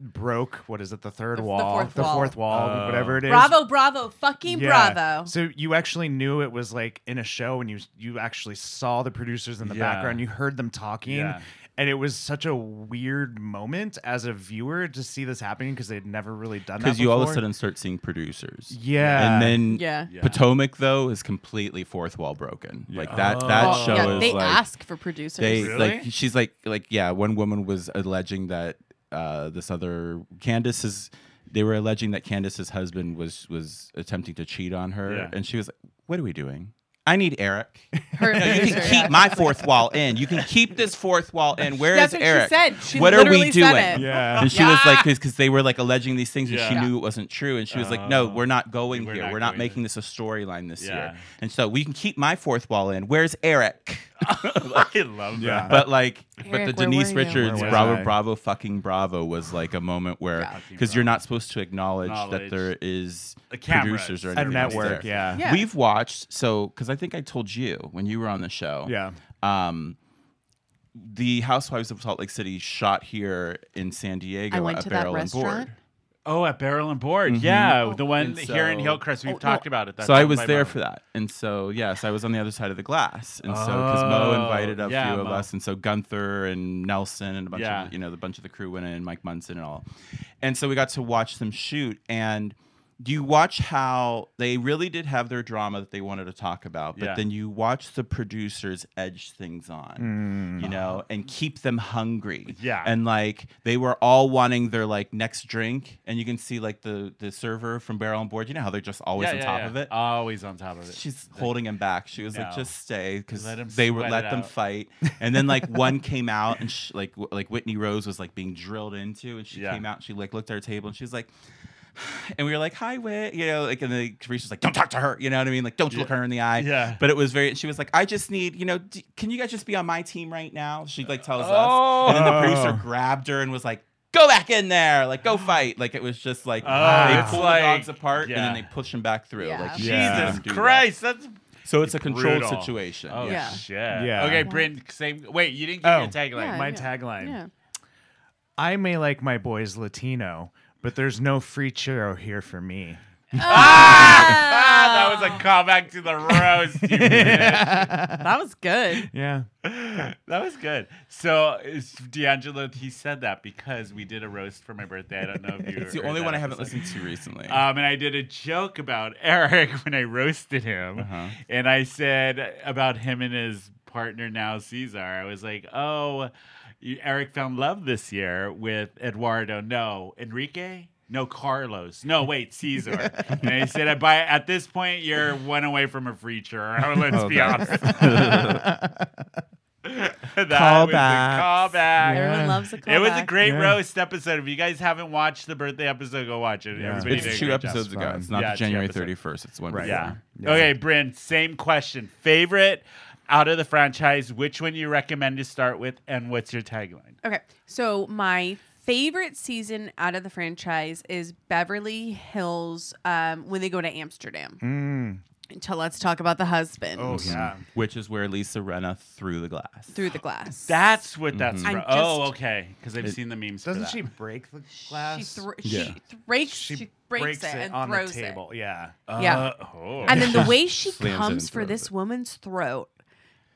broke what is it the third The- the wall fourth wall. fourth wall Oh. whatever it is bravo, bravo, fucking Yeah. bravo. so you actually knew it was like in a show and you you actually saw the producers in the Yeah. background you heard them talking Yeah. and it was such a weird moment as a viewer to see this happening because they'd never really done that because you all of a before. sudden start seeing producers. Yeah. and then Yeah. Yeah. Potomac though is completely fourth wall broken. Like that that Well, show Oh, yeah, is they like ask for producers. they Really? like *laughs* she's like like yeah. One woman was alleging that uh, this other Candace's they were alleging that Candace's husband was was attempting to cheat on her, Yeah. and she was like, "What are we doing?" I need Eric. Her No, you producer, can yeah. keep my fourth wall in. You can keep this fourth wall in. Where is That's what she Eric? said. She what are we literally doing? said it. *laughs* yeah And she was like, because they were like alleging these things, and she Yeah. knew it wasn't true. And she was like, no, Oh. we're not going We're here. not we're not going making this a storyline this Yeah. year. And so we can keep my fourth wall in. Where's Eric? *laughs* *laughs* I love Yeah. that. But like, but the Eric, where Denise were you? Richards Where was Bravo I? Bravo fucking Bravo was like a moment where Yeah. because you're not supposed to acknowledge Acknowledge that there is A camera. producers or A a anything else network there. yeah Yeah. We've watched so because I think I told you when you were on the show yeah um the housewives of salt lake city shot here in san diego I went at to that barrel and board restaurant. Oh, at Barrel and Board. Yeah, the one And here in so- Hillcrest. We've Oh, no. talked about it. That's so i on was my there mind. for that and so yes i was on the other side of the glass and so because mo Oh, invited a yeah, few of Mo. us and so gunther and nelson and a bunch Yeah. of you know the bunch of the crew went in mike munson and all and so we got to watch them shoot and you watch how they really did have their drama that they wanted to talk about, but Yeah. then you watch the producers edge things on, you know, and keep them hungry. Mm. Yeah. And like they were all wanting their like next drink, and you can see like the the server from Barrel on Board. You know how they're just always Yeah, on yeah, top yeah. of it. Always on top of it. She's holding him back. She was like, No. "Just stay," because Let 'em they were sweat let it them out. fight. And *laughs* then like one came out, and she, like w- like Whitney Rose was like being drilled into, and she Yeah. came out. And she like looked at her table, and she was like, *sighs* and we were like, "Hi, Whit," you know, like and the Carisha's like, "Don't talk to her," you know what I mean? Like, don't look her in the eye. Yeah. But it was very. She was like, "I just need, you know, d- can you guys just be on my team right now?" She like tells Oh. us, and then the Oh. producer grabbed her and was like. Go back in there, like *gasps* go fight. Like it was just like Oh, they it's pull like- the dogs apart and yeah. then they push them back through. Yeah. Like Jesus let 'em Jesus do that. Christ, that's So it's a controlled Brutal. situation. oh Yeah. shit. Yeah. Okay, Yeah. Brent. Same. Wait, you didn't give me Oh. a tagline. Yeah. My tagline. *laughs* I may like my boys Latino, but there's no free churro here for me. *laughs* Ah, that was a callback to the roast. *laughs* you bitch. that was good. Yeah. that was good. So it's D'Angelo, he said that because we did a roast for my birthday. I don't know if you. *laughs* It's the heard only that one I haven't episode. listened to recently. Um, and I did a joke about *laughs* Eric when I roasted him, Uh-huh. and I said about him and his partner now Caesar. I was like, "Oh, you- Eric found love this year with Eduardo. No, Enrique." No, Carlos. No, wait, Caesar. and I said, "I buy. At this point, you're one away from a free *laughs* churro. Let's be honest." that was a Callbacks. callback. Everyone loves a callback. It was a great Yeah. roast episode. If you guys haven't watched the birthday episode, go watch it. Yeah. Everybody did it's a two great job. episodes ago. fine. It's not Yeah, the it's two January episodes. thirty first. It's one. Right. before. Yeah. Yeah. Yeah. Okay, Bryn, same question. Favorite out of the franchise, which one you recommend to start with, and what's your tagline? Okay. So my favorite season out of the franchise is Beverly Hills um, when they go to Amsterdam. Until let's talk about the husband Oh, yeah. Which is where Lisa Renna threw the glass. through the glass. That's what that's I'm from. just- Oh, okay. Because I've seen the memes. for Doesn't that. she break the she, glass? thro- Yeah. she, breaks, She she, breaks, it, and on throws the table. Yeah. Uh, yeah. oh. it. And then the way she Slams it comes and for throws this it. woman's throat,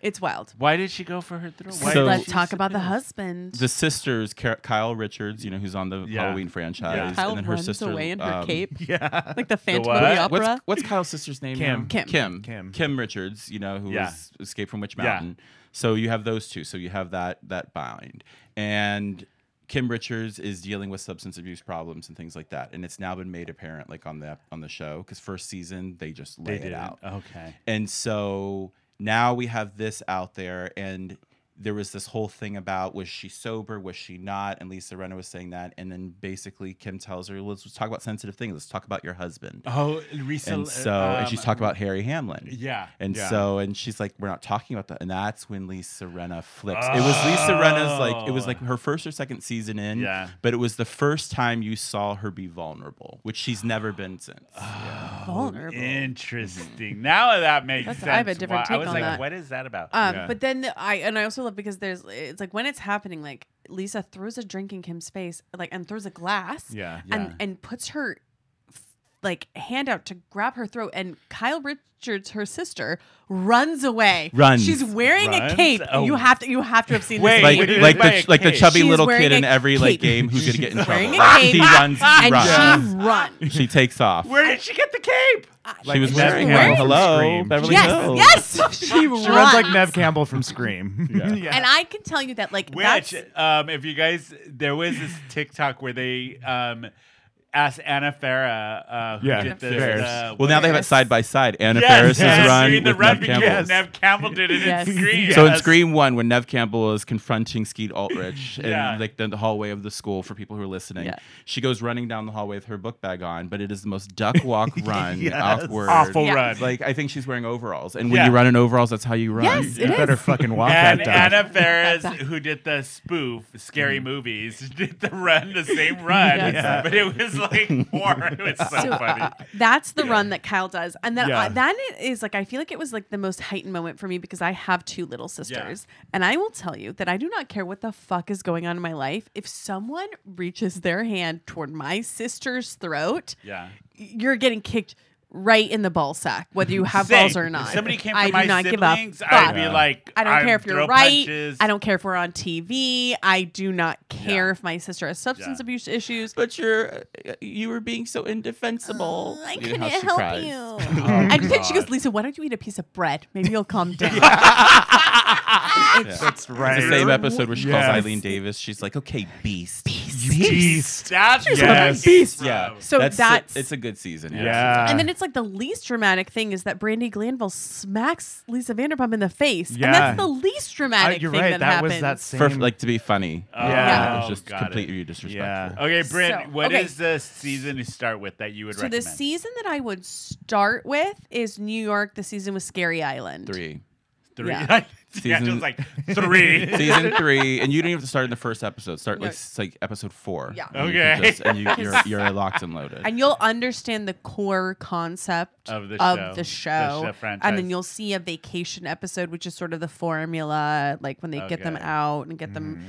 it's wild. why did she go for her throat? Why So- did let's she- talk about the husband. The sisters, Ky- Kyle Richards, you know, who's on the Yeah. Halloween franchise, Yeah. and Kyle then her runs sister away in her um, cape, Yeah. like the Phantom what? of the Opera. What's, what's Kyle's sister's name? Kim. now? Kim. Kim. Kim. Richards, you know, who Yeah. was Escape from Witch Yeah. Mountain. So you have those two. So you have that that bind. And Kim Richards is dealing with substance abuse problems and things like that. And it's now been made apparent like on the on the show because first season they just They laid did it out. Okay. And so now we have this out there and there was this whole thing about was she sober, was she not? And Lisa Renna was saying that. And then basically Kim tells her, let's, let's talk about sensitive things. Let's talk about your husband Oh, recently. and so and she's talking about Harry um, Hamlin. Yeah, And yeah. so and she's like, we're not talking about that. And that's when Lisa Renna flips. It was Lisa Renna's like it was Oh. like her first or second season in. Yeah. But it was the first time you saw her be vulnerable, which she's never *sighs* been since. Vulnerable. Interesting. Now that makes That's- sense. I have a different Why- I take was on like, that. what is that about? Um, Yeah. But then the, I and I also love because there's it's like when it's happening, like Lisa throws a drink in Kim's face, like and throws a glass, Yeah. Yeah. and and puts her f- like hand out to grab her throat, and Kyle Richards, her sister, runs away. Runs. She's wearing Runs? a cape. Oh. You have to you have to have seen Wait, this. what Like do you like mean by the a like the cape? chubby She's little kid wearing in a every like cape. game who's gonna get in She's trouble. wearing a She cape. runs, she *laughs* and runs. she runs. She takes off. Where did she get the cape? she was wearing Nev Campbell one. from Hello, Scream. Beverly Hills. Yes, yes, she, runs. She runs like Nev Campbell *laughs* from Scream. yeah. *laughs* And I can tell you that like Which, that's um, if you guys, there was this TikTok where they um, asked Anna Farah, uh, who Yeah, did the, Faris. the- Well, now they have it Yes. side by side. Anna Yes, Faris yes, is run doing with the run *laughs* Nev because Campbell. Nev Campbell did it Yes. in Scream. So in Yes. Scream One, when Nev Campbell is confronting Skeet Ulrich in Yeah. like the, the hallway of the school for people who are listening, Yeah. she goes running down the hallway with her book bag on, but it is the most duck walk run Yes. awkward. awful Yeah. run. Like I think she's wearing overalls, and when Yeah. you run in overalls, that's how you run. Yes, it You better is. fucking walk and that dog. Anna Faris, who did the spoof Mm. "Scary Movies," *laughs* did the run, the *laughs* same run, Yes. Yeah. but it was *laughs* like more. It was so, So, funny. uh, that's the run that Kyle does, and then Yeah. uh, that is like I feel like it was like the most heightened moment for me because I have two little sisters, and I will tell you that I do not care what the fuck is going on in my life. If someone reaches their hand toward my sister's throat, yeah. you're getting kicked right in the ball sack, whether you have Same. balls or not. If somebody came I from do my not siblings, give a I'd fuck. be like, I don't I'd care if you're throw right. punches. I don't care if we're on TV. I do not care Yeah. if my sister has substance Yeah. abuse issues. But you're uh, you were being so indefensible. Oh, I You know couldn't how she help cries. you. Mm-hmm. Oh, and then she God. goes, Lisa, why don't you eat a piece of bread? Maybe you'll calm down. It's That's right. The same episode where she Yes. calls Eileen Davis. She's like, okay, beast. Beast. That's She's where that Yes. came Beast. from. Yeah. So that's, that's- it's a good season. Yeah. And uh, then it's like the least dramatic thing is that Brandy Glanville smacks Lisa Vanderpump in the face. And Yeah. that's the least Uh, dramatic you're thing right. that, That, happens. was that same. For like to be funny. Oh, Yeah. It was just got it. completely yeah. disrespectful. Okay, Brent, So, What is okay. the season to start with that you would so recommend? the season that I would start with is New York. The season with Scary Island. Three. three. *laughs* yeah. Yeah. it Season- was like three. *laughs* Season three, and you don't even have to start in the first episode. Start like Yeah. s- like episode four. Yeah. And you can Okay. just- *laughs* and you, you're you're locked and loaded. And you'll understand the core concept Of the show. the The show. show franchise. and then you'll see a vacation episode, which is sort of the formula, like when they get them Okay. Mm-hmm. Oh, out and get them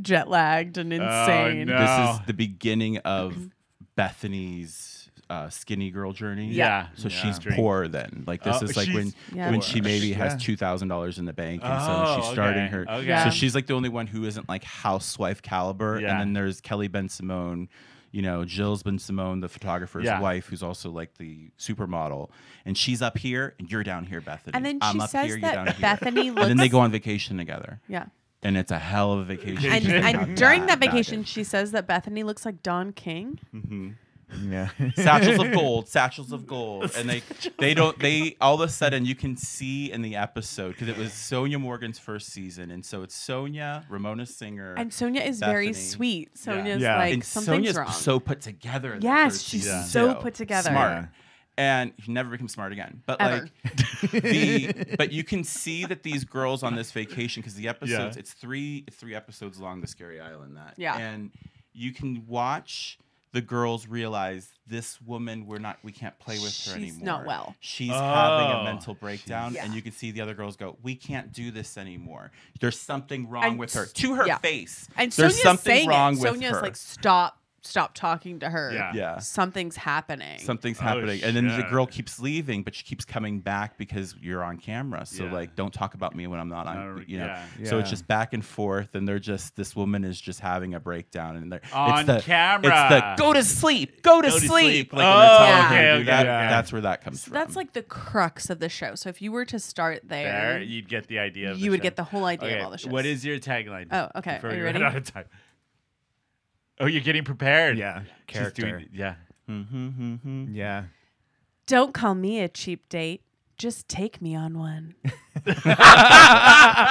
jet lagged and insane. no. This Oh. is the beginning Mm-hmm. of Bethany's uh, skinny girl journey. Yeah. So Yeah. she's Drink. poor then. Like this Oh, is like when she's Yeah. when she maybe Yeah. has two thousand dollars in the bank, and Oh, so she's starting okay. her. Okay. Yeah. So she's like the only one who isn't like housewife caliber. Yeah. And then there's Kelly Ben Simone. You know, Jill's Ben Simone, the photographer's Yeah. wife, who's also like the supermodel, and she's up here, and you're down here, Bethany. And then I'm she up says here, you're down that here. Bethany looks. and then they go on vacation together, *laughs* Yeah. and it's a hell of a vacation. And, Yeah. and during that vacation, Baggage. she says that Bethany looks like Don King. yeah. *laughs* satchels *laughs* of gold, satchels of gold, and they they don't they all of a sudden you can see in the episode because it was Sonia Morgan's first season, and so it's Sonia, Ramona Singer, And Sonia is very Bethany. sweet. Sonia's Yeah. like and something's Sonia's wrong. so put together. in the Yes, third she's season, so put together. smart, Yeah. and she never became smart again. But Ever. like *laughs* the but you can see that these girls on this vacation because the episodes it's three it's three episodes long. The Scary Island that Yeah. and you can watch. The girls realize this woman, we're not, we can't play with her She's anymore. not well. She's having a Oh. mental breakdown, Yeah. and you can see the other girls go, "We can't do this anymore. There's something wrong And with s- her." To her yeah. face, And there's Sonia's something saying wrong it. with Sonia's her. like, stop, stop talking to her. Yeah. Yeah. Something's happening. Something's Oh, happening, and then the shit. girl keeps leaving, but she keeps coming back because you're on camera. So Yeah. like, don't talk about me when I'm not on. No, you know. yeah. So it's Yeah. just back and forth, and they're just this woman is just having a breakdown, and they're On it's the, camera. It's the go to sleep, go to, Go to sleep. sleep. Like when they're Oh, telling okay, her to okay, do that, okay. that's where that comes So from. that's like the crux of the show. So if you were to start there, there, you'd get the idea. Of you the would show. get the whole idea Okay, of all the shows. What is your tagline? Oh, okay, Before are we you run ready? out of time. Oh, you're getting prepared. Yeah. She's Character. *laughs* doing- yeah. Mm-hmm, yeah. Don't call me a cheap date. Just take me *laughs* on one. *laughs*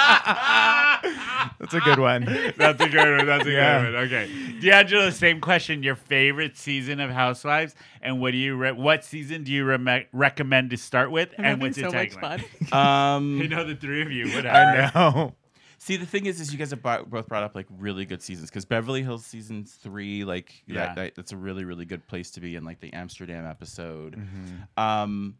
That's a *laughs* good one. That's a good one. That's a Yeah. good one. Okay, D'Angelo, same question. Your favorite season of Housewives, and what do you re- what season do you reme- recommend to start with, I'm and having what's your so much tagline? fun. um, I know the three of *laughs* you. Whatever. I know. See, the thing is, is you guys have brought- both brought up like really good seasons because Beverly Hills season three, like Yeah. that, that, that's a really really good place to be in, like the Amsterdam episode. Mm-hmm. Um,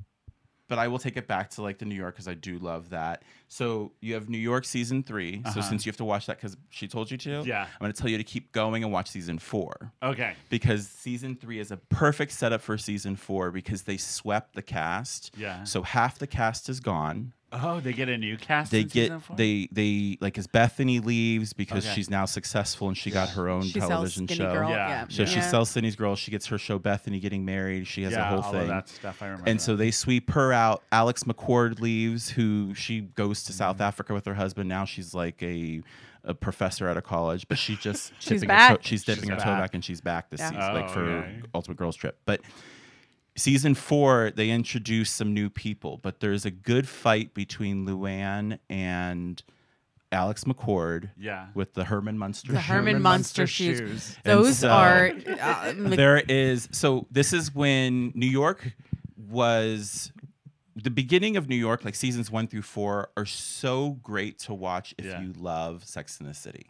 but I will take it back to like the New York because I do love that. So you have New York season 3 So since you have to watch that because she told you to, Uh-huh. Yeah. I'm gonna tell you to keep going and watch season four Okay. because season three is a perfect setup for season four because they swept the cast. Yeah. So half the cast is gone Oh, they get a new cast. they in get season four? they they like as Bethany leaves because Okay. she's now successful and she got her *laughs* own She sells television skinny show. girl. Yeah. Yeah. So she Yeah. sells Sydney's Girl. She gets her show Bethany getting married. She has yeah, a whole all thing. of that stuff. I remember. and so they sweep her out. Alex McCord leaves, who she goes to Mm-hmm. South Africa with her husband. Now she's like a, a professor at a college, but she just *laughs* She's dipping Her back. toe, she's dipping her toe back. back, and she's back this Yeah. season, like Oh, for okay. Ultimate Girls Trip. But season four, they introduce some new people, but there's a good fight between Luann and Alex McCord Yeah. with the Herman Munster. The shoe. Herman Monster shoes. And Those so- are uh, Mc- there is so this is when New York was the beginning of New York, like seasons one through four, are so great to watch if Yeah. you love Sex in the City.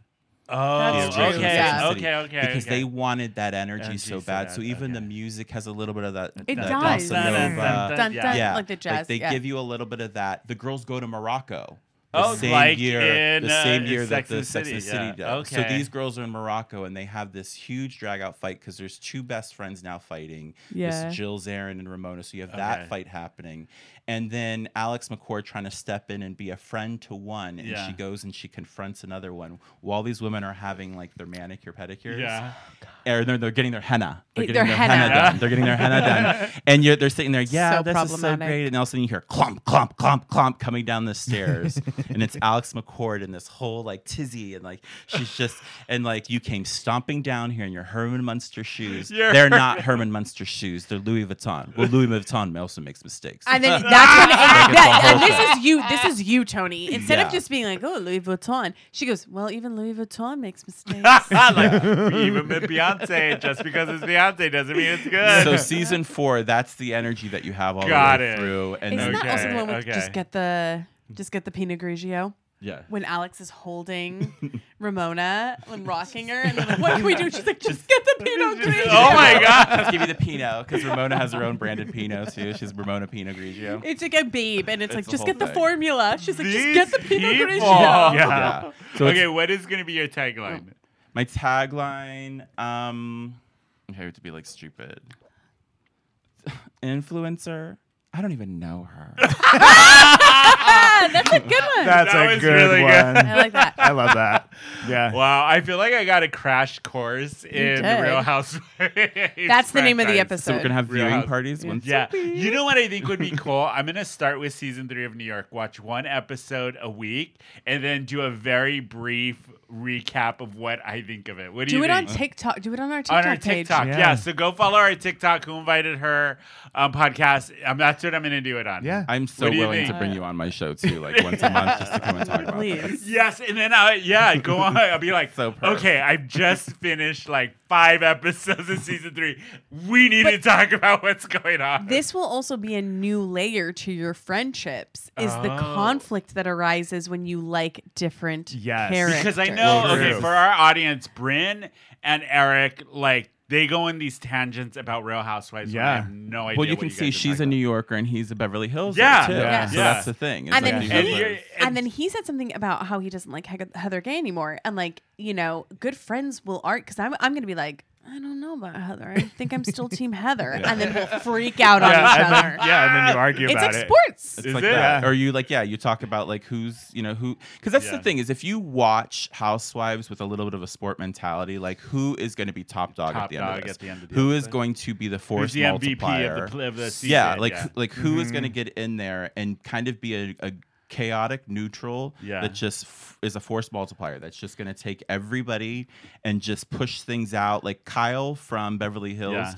Oh, That's The original okay, Sex Yeah. and the City, okay, okay. Because okay. they wanted that energy Energy so so bad. So bad, even the okay. music has a little bit of that. It that uh, does. bossa nova. Dun, dun, dun, dun, yeah. dun, like the jazz. they yeah. give you a little bit of that. The girls go to Morocco. the Oh, same like year, in, the same uh, year that Sex the and Sex City, and City yeah. does. So Okay. these girls are in Morocco and they have this huge drag out fight because there's two best friends now fighting. Yeah. This Jill Zarin and Ramona. So you have Okay. that fight happening. And then Alex McCord trying to step in and be a friend to one. And Yeah. she goes and she confronts another one while these women are having like their manicure pedicures. Yeah. *laughs* Or they're, they're getting their henna. They're Eh, getting their their, henna. henna. done. They're getting their henna done. And you're, they're sitting there, yeah, So this is so problematic. great. And all of a sudden you hear clump, clump, clump, clump coming down the stairs. and it's Alex McCord in this whole like tizzy. And like, she's just, and like, you came stomping down here in your Herman Munster shoes. Your They're not Herman Munster shoes. They're Louis Vuitton. Well, Louis Vuitton also makes mistakes. *laughs* And then that's when, and, that- whole and this thing. is you. This is you, Tony. Instead Yeah. of just being like, "Oh, Louis Vuitton," she goes, "Well, even Louis Vuitton *laughs* makes mistakes." like *laughs* even with Beyonce, just because it's Beyonce doesn't mean it's good. Oh so season four, that's the energy that you have all Got the way it. through. And Isn't then, that also the one with Okay, okay. just get the just get the Pinot Grigio? yeah. When Alex is holding Ramona, when rocking her, and they're like, what can we do? She's like, just *laughs* get the Pinot Grigio. oh my god. Let's give you the Pinot because Ramona has her own branded Pinot too. She's Ramona Pinot Grigio. It's like a babe, and it's, like, the just whole get the thing. formula. She's like, These just get the Pinot people. Grigio. Yeah. So it's- okay, what is gonna be your tagline? Oh. My tagline, um, I hate to be like stupid. Influencer. I don't even know her. *laughs* Ah, that's a good one. That's That a was good really good. one. I like that. *laughs* *laughs* I love that. Yeah. Wow, I feel like I got a crash course in did. the Real Housewives. That's the name of the franchise. episode. so we're gonna have Real viewing House- parties. Once Yeah. You know what I think would be cool? *laughs* I'm going to start with season three of New York, watch one episode a week, and then do a very brief recap of what I think of it. What do, do you it on think? TikTok. Do it on our TikTok on our page. TikTok, yeah. Yeah. So go follow our TikTok. Who invited her um, podcast? Um, that's what I'm going to do it on. Yeah. I'm so What do you willing to think? bring you on my show too, *laughs* like once a month, just to come and talk about this. Please. Yes, and then I yeah go *laughs* on. I'll be like, So perfect. okay, I've just finished like five episodes of season three. We need to talk about what's going on. This will also be a new layer to your friendships is the Oh. conflict that arises when you like different Yes. characters. Because I know, True. okay, for our audience, Bryn and Eric, like they go in these tangents about Real Housewives. Yeah, I Yeah. have no idea. Well, you what can guys see are she's a talking New Yorker and he's a Beverly Hills. Yeah. too. Yeah. So Yeah. that's the thing. It's And like then you about. have And he- those. you're- and then he said something about how he doesn't like Heg- Heather Gay anymore, and like you know, good friends will art because I'm I'm gonna be like. I don't know about Heather. I think I'm still Team Heather, and then we'll freak out on yeah, each and other. then, yeah, and then you argue it's about like it. sports. It's Is like it? that. Yeah. Or you like, yeah, you talk about like who's, you know, who, because that's Yeah. the thing is if you watch Housewives with a little bit of a sport mentality, like who is going to be top dog Top at the end dog of this? at the end of the Who is episode. going to be the force Who's the MVP multiplier? of the, pl- of the season? yeah, like like who is Mm-hmm. going to get in there and kind of be a, a chaotic neutral Yeah. that just f- is a force multiplier that's just going to take everybody and just push things out like Kyle from Beverly Hills. Yeah.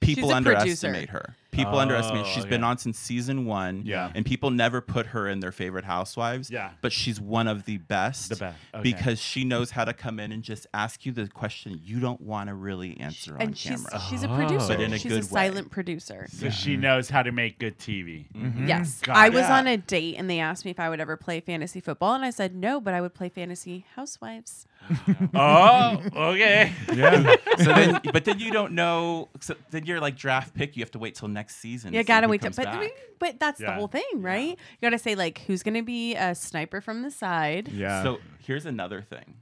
People She's a underestimate her. People underestimate. Oh, She's okay. been on since season one, Yeah. and people never put her in their favorite housewives. Yeah. but she's one of the best. The best, okay. because she knows how to come in and just ask you the question you don't want to really answer on and she's camera. she's Oh. a producer. But in a she's good a way. silent producer. so she knows how to make good TV. Mm-hmm. Yes. Got I it. was Yeah. on a date and they asked me if I would ever play fantasy football and I said no, but I would play fantasy housewives. *laughs* oh, okay. Yeah. *laughs* so then, but then you don't know. So then you're like draft pick. You have to wait till next season. You see gotta who wait till comes but back. but that's the Yeah. whole thing, right? You gotta say like who's gonna be a sniper from the side. yeah. So here's another thing.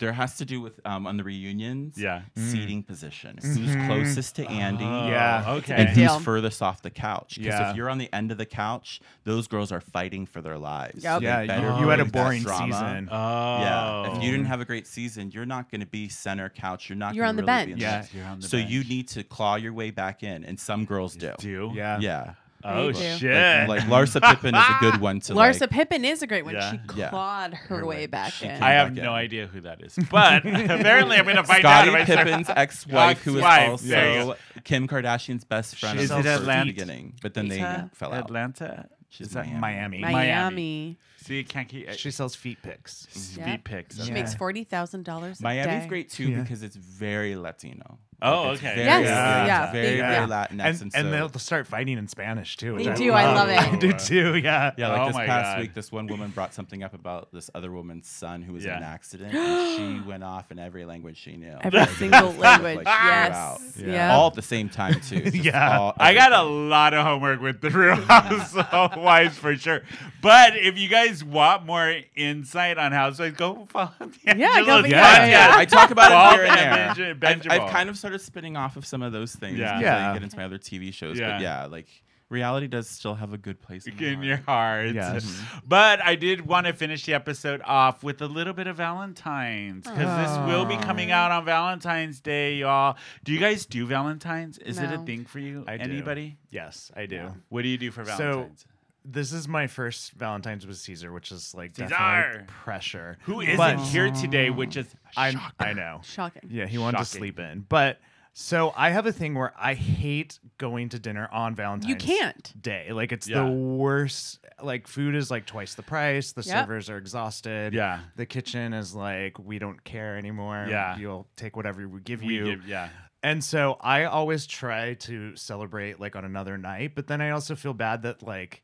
There has to do with um, on the reunions. Yeah. Seating position. Who's closest to Andy? Mm. Mm-hmm. Yeah. Oh, And okay. deal. who's furthest off the couch? Because Yeah. if you're on the end of the couch, those girls are fighting for their lives. Yep. They yeah, better you, you had a bring that boring drama. season. Oh. Yeah. If you didn't have a great season, you're not going to be center couch. You're not. You're gonna on the really be in bench. Yeah. You're on the So you bench. need to claw your way back in, and some girls do. do. yeah. Yeah. Oh They do. shit. Like, like Larsa Pippen is a good one *laughs* to Larsa like, Pippen is a great one. Yeah. She Yeah. clawed her way back She in. can- I have back no in. idea who that is, *laughs* but apparently I'm gonna find out. Scottie if I start- Pippen's ex-wife, who was Ex-wife, there you also Kim Kardashian's best friend She's at also the Atlant- beginning, but then they Atlanta? fell out. Atlanta. She's Is that Miami? Miami. See, you can't keep. mm-hmm. She sells feet pics. Speed Yeah. pics. She okay. makes forty thousand dollars a Miami's day. great too Yeah. because it's very Latino. Oh, It's okay. Very, Yes, Latinx, yeah, Very, yeah. very Latinx. and, and, and so- they'll start fighting in Spanish too. They which do, I love it. *laughs* I do too. Yeah. Yeah, like Oh this my past God. week, this one woman brought something up about this other woman's son who was in Yeah. an accident, and she *gasps* went off in every language she knew. Every single language. Like, *laughs* she was yes. out. Yeah. All at the same time too. Just Yeah. all- I got a everything. lot of homework with the *laughs* Real Housewives for sure. But if you guys want more insight on Housewives, go follow the Yeah, Angelo's go be- podcast. yeah, yeah, I talk about Bob it here and there. and Benja- I've- I've, Benjamin. kind of started spinning off of some of those things. Yeah. Yeah, Yeah. I get into my other TV shows. Yeah. But yeah, like reality does still have a good place in, my in heart. your heart. Yes. *laughs* But I did want to finish the episode off with a little bit of Valentine's because this will be coming out on Valentine's Day, y'all. Do you guys do Valentine's? Is it a No. thing for you? I do. Anybody? Yes, I do. What do you do for So, Valentine's? This is my first Valentine's with Caesar, which is like Caesar! definitely pressure. Who isn't But- here today? Oh, Which is I I know. Shocking. Yeah, he wanted Shocking. to sleep in. But so I have a thing where I hate going to dinner on Valentine's. can't. Day. Like it's Yeah. the worst. Like food is like twice the price. The Yep. servers are exhausted. Yeah. The kitchen is like we don't care anymore. Yeah. You'll take whatever we give we you. give- yeah. And so I always try to celebrate like on another night, but then I also feel bad that like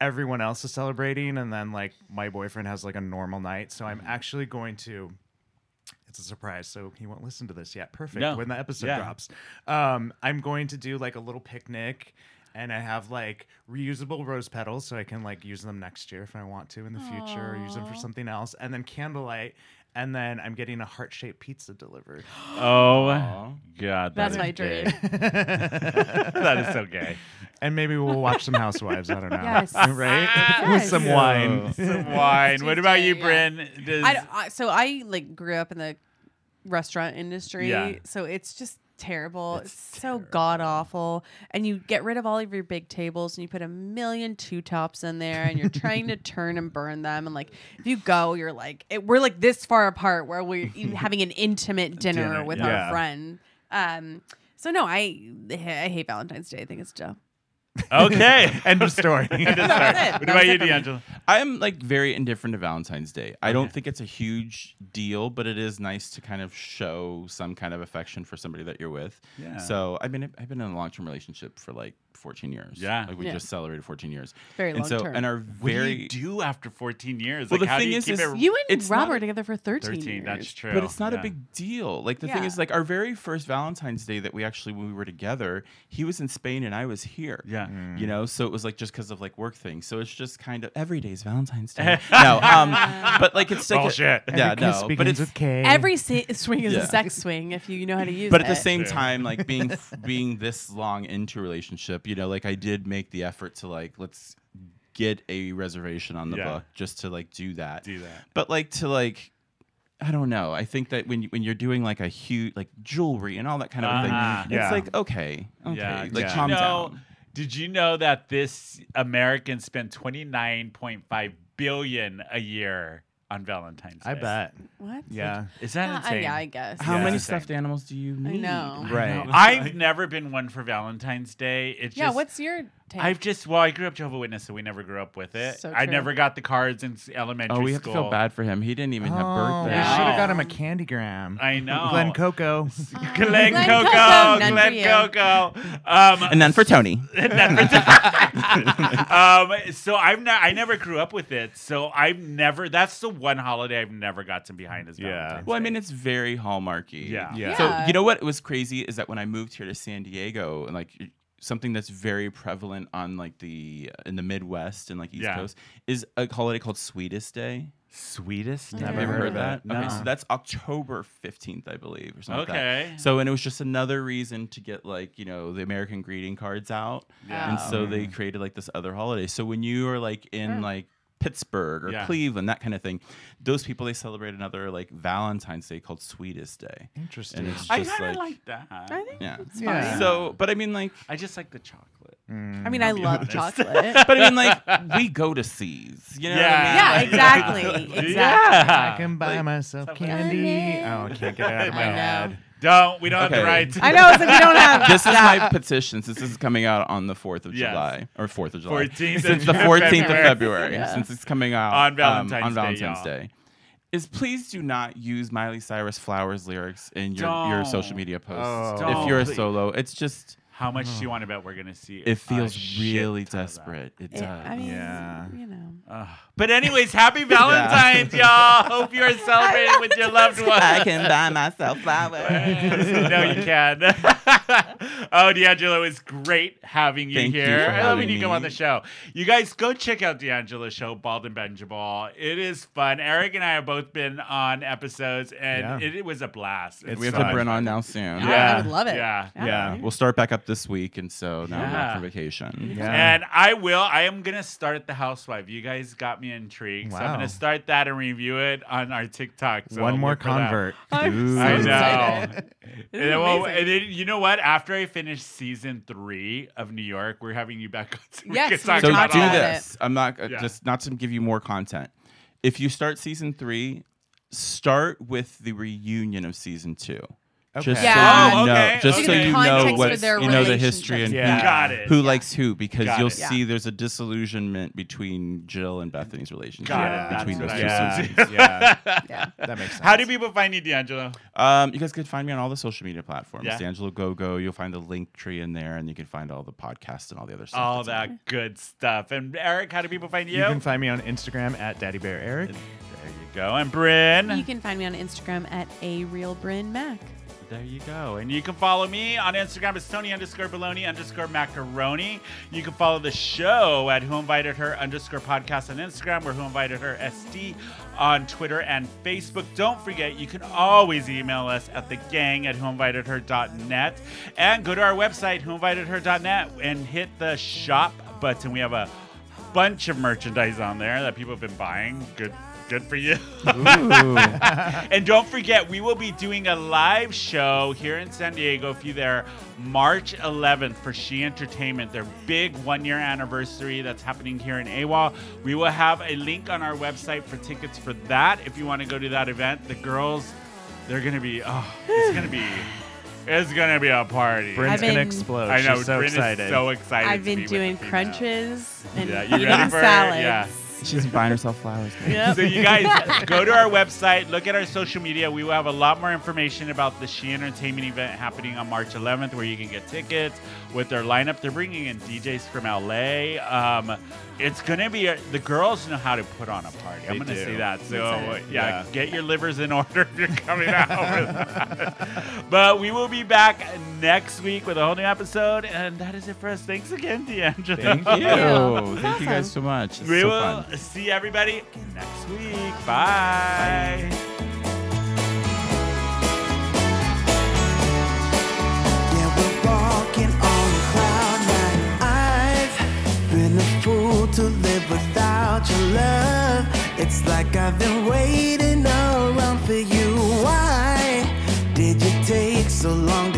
everyone else is celebrating and then like my boyfriend has like a normal night. So Mm-hmm. I'm actually going to it's a surprise, so he won't listen to this yet. Perfect. No. When the episode Yeah. drops. Um I'm going to do like a little picnic and I have like reusable rose petals so I can like use them next year if I want to in the future or use them for something else. And then candlelight and then I'm getting a heart-shaped pizza delivered. *gasps* Oh Aw. God, that That's is my dream. gay. *laughs* that is so gay. *laughs* *laughs* And maybe we'll watch some Housewives. I don't know. Yes. *laughs* Right? With Yes. some wine. Some wine. What about you, Yeah. Bryn? Does- I, I- so I like grew up in the restaurant industry, Yeah. so it's just terrible. It's, so god awful, and you get rid of all of your big tables and you put a million two tops in there, and you're trying to turn and burn them. And like if you go, you're like it, we're like this far apart where we're even having an intimate dinner, Dinner, with yeah. our friend. Um, so no, I I hate Valentine's Day. I think it's dumb. *laughs* okay. End of story. That's it. what That was about you, it for me. D'Angelo? I'm like very indifferent to Valentine's Day. I don't think it's a huge deal, but it is nice to kind of show some kind of affection for somebody that you're with. Yeah. So I've been I've been in a long term relationship for like 14 years. Yeah. Like we Yeah. just celebrated 14 years. Very and so long-term. and our What very do you do after 14 years? Well, like, the how do thing you is- keep is it You and It's not Rob a- are together for thirteen. 13? years. That's true. But it's not Yeah. a big deal. Like the thing is, Yeah. like our very first Valentine's Day that we actually when we were together, he was in Spain and I was here. Yeah. You know, so it was like just because of like work things. So it's just kind of every day's *laughs* Valentine's Day. no, um, but like it's like a- Bullshit. yeah, Kiss no, but begins it's with K. Every si- swing is Yeah. a sex swing if you know how to use but it. at the same Sure. time, like being *laughs* being this long into a relationship, you know, like I did make the effort to like let's get a reservation on the Yeah. book just to like do that. Do that. But like to like I don't know. I think that when you, when you're doing like a huge like jewelry and all that kind of Uh-huh. thing, Yeah. it's like okay, okay, Yeah. like did calm you know, down. Did you know that this American spent 29.5 billion a year on Valentine's Day? I bet. what? Yeah. Is that Yeah, Uh, I- insane? yeah, *laughs* I guess. How Yeah. many It's the same. stuffed animals do you I need? know. Right. *laughs* I've never been one for Valentine's Day. It's Yeah, just, what's your take? I've just well, I grew up Jehovah Witness, so we never grew up with it. So I true. never got the cards in s- elementary Oh, school. we have to *laughs* feel bad for him. He didn't even have Oh, we birthday. should Yeah. have got him a candy gram. I know. Glen Coco. Glen Glen Coco. Coco, none for Glen you. Coco. Um, And then *laughs* for Tony. um, so I've not, I never grew up with it. So I've never. That's the one holiday I've never gotten behind is Yeah. Valentine's. Well, I Day. mean, it's very hallmarky. Yeah. Yeah. So you know what was crazy is that when I moved here to San Diego and like something that's very prevalent on like the uh, in the Midwest and like East Yeah. Coast is a holiday called Sweetest Day. sweetest. Have Never you ever heard heard of that? No. Okay, so that's October 15th, I believe, or something. Like Okay. that. So and it was just another reason to get like, you know, the American greeting cards out. Yeah. And so they created like this other holiday. So when you are like in like Pittsburgh or Yeah. Cleveland, that kind of thing, those people they celebrate another like Valentine's Day called Sweetest Day. Interesting. And it's just I kind of like, like, that. I think yeah. it's Yeah. fine. So, but I mean, like, I just like the chocolate. I mean, I *laughs* *laughs* love chocolate. but I mean, like, we go to seas, you know? Yeah, yeah, like- *laughs* exactly. exactly. I Yeah. can buy Like- myself Something like candy. Oh, I can't *laughs* get it out of my I know. head. Don't. We don't have the Okay. right. To I know. It's like we don't have. This *laughs* is my petition since this is coming out on the 4th of Yes. July or 4th of July. 14th of since the 14th of February. February, since it's coming out On um, Valentine's Day, on Valentine's y'all. Day. is please do not use Miley Cyrus Flowers lyrics in your, your social Don't. Oh. media posts. Don't, if you're please. a solo, it's just *laughs* How much do you want to bet we're gonna see? a it feels shit really ton of that? desperate. It does. It- I mean, Yeah. you know. Ugh. But anyways, *laughs* happy Valentine's, y'all. Hope you're celebrating with your loved I ones. can buy myself *laughs* *laughs* flowers. no, you can. *laughs* oh, D'Angelo, it's great having you Thank you here. for I love when having you come on me. the show. You guys go check out D'Angelo's show, Bald and Benjabal. It is fun. Eric and I have both been on episodes, and Yeah. it, it was a blast. It's we have fun. to Bryn on now soon. I- I would love it. Yeah. Yeah. We'll start back up this week, and so now we're Yeah. off for vacation. Yeah. And I will. I am gonna start the housewife. You guys got me intrigued, so I'm Wow. gonna start that and review it on our TikTok. So One more look for that. convert. *laughs* I'm so I *laughs* excited. know. This And is then, well, amazing. and then, you know what? After I finish season three of New York, we're having you back *laughs* on. So we Yes, can we talk So Talk about do all about that. this. I'm not uh, Yeah. just not to give you more content. If you start season three, start with the reunion of season two. Just Okay. Yeah. so you Oh, okay, know, just so okay. you Context know for what their you know the relationship. history and Yeah. who, Got it. who likes who because Got you'll it. see there's a disillusionment between Jill and Bethany's relationship Got Yeah. it. That's between what I those two was Yeah. seasons. doing. Yeah. *laughs* Yeah. That makes sense. How do people find you, D'Angelo? Um, you guys could find me on all the social media platforms. Yeah. D'Angelo Gogo. You'll find the link tree in there, and you can find all the podcasts and all the other stuff. All that's on that good stuff. And Eric, how do people find you? You can find me on Instagram at Daddy Bear Eric. there you go. And Bryn. You can find me on Instagram at a real Bryn Mac. There you go. And you can follow me on Instagram. It's Tony underscore baloney underscore macaroni. You can follow the show at Who Invited Her underscore podcast on Instagram. We're Who Invited Her SD on Twitter and Facebook. Don't forget, you can always email us at the gang at whoinvitedher.net and go to our website, whoinvitedher.net, and hit the shop button. We have a bunch of merchandise on there that people have been buying. Good, good for you. *laughs* And don't forget, we will be doing a live show here in San Diego if you there March 11th for She Entertainment, their big one year anniversary that's happening here in AWOL. We will have a link on our website for tickets for that if you want to go to that event. The girls, they're going to be, oh, it's going to be, it's going to be a party. Bryn's I've gonna been- explode. I know, She's so Brynn excited. is so excited. I've to been be with doing the female. crunches and Yeah, you eating ready for it? salads. Yeah. Instagram. She's buying herself flowers. man. Yep. So you guys go to our website, look at our social media. We will have a lot more information about the She Entertainment event happening on March 11th, where you can get tickets with their lineup. They're bringing in DJs from LA. Um, it's gonna be a, the girls know how to put on a party. I'm They gonna do. say that. So yeah, Excited. Yeah. get your livers in order *laughs* if you're coming out. with that. But we will be back next week with a whole new episode, and that is it for us. Thanks again, D'Angelo. Thank Thank you. you. That's Thank you guys awesome. so much. It's We so will fun. see everybody next week. Bye. Yeah, we're walking on cloud nine. I've been a fool to live without your love. It's like I've been waiting around for you. Why did you take so long to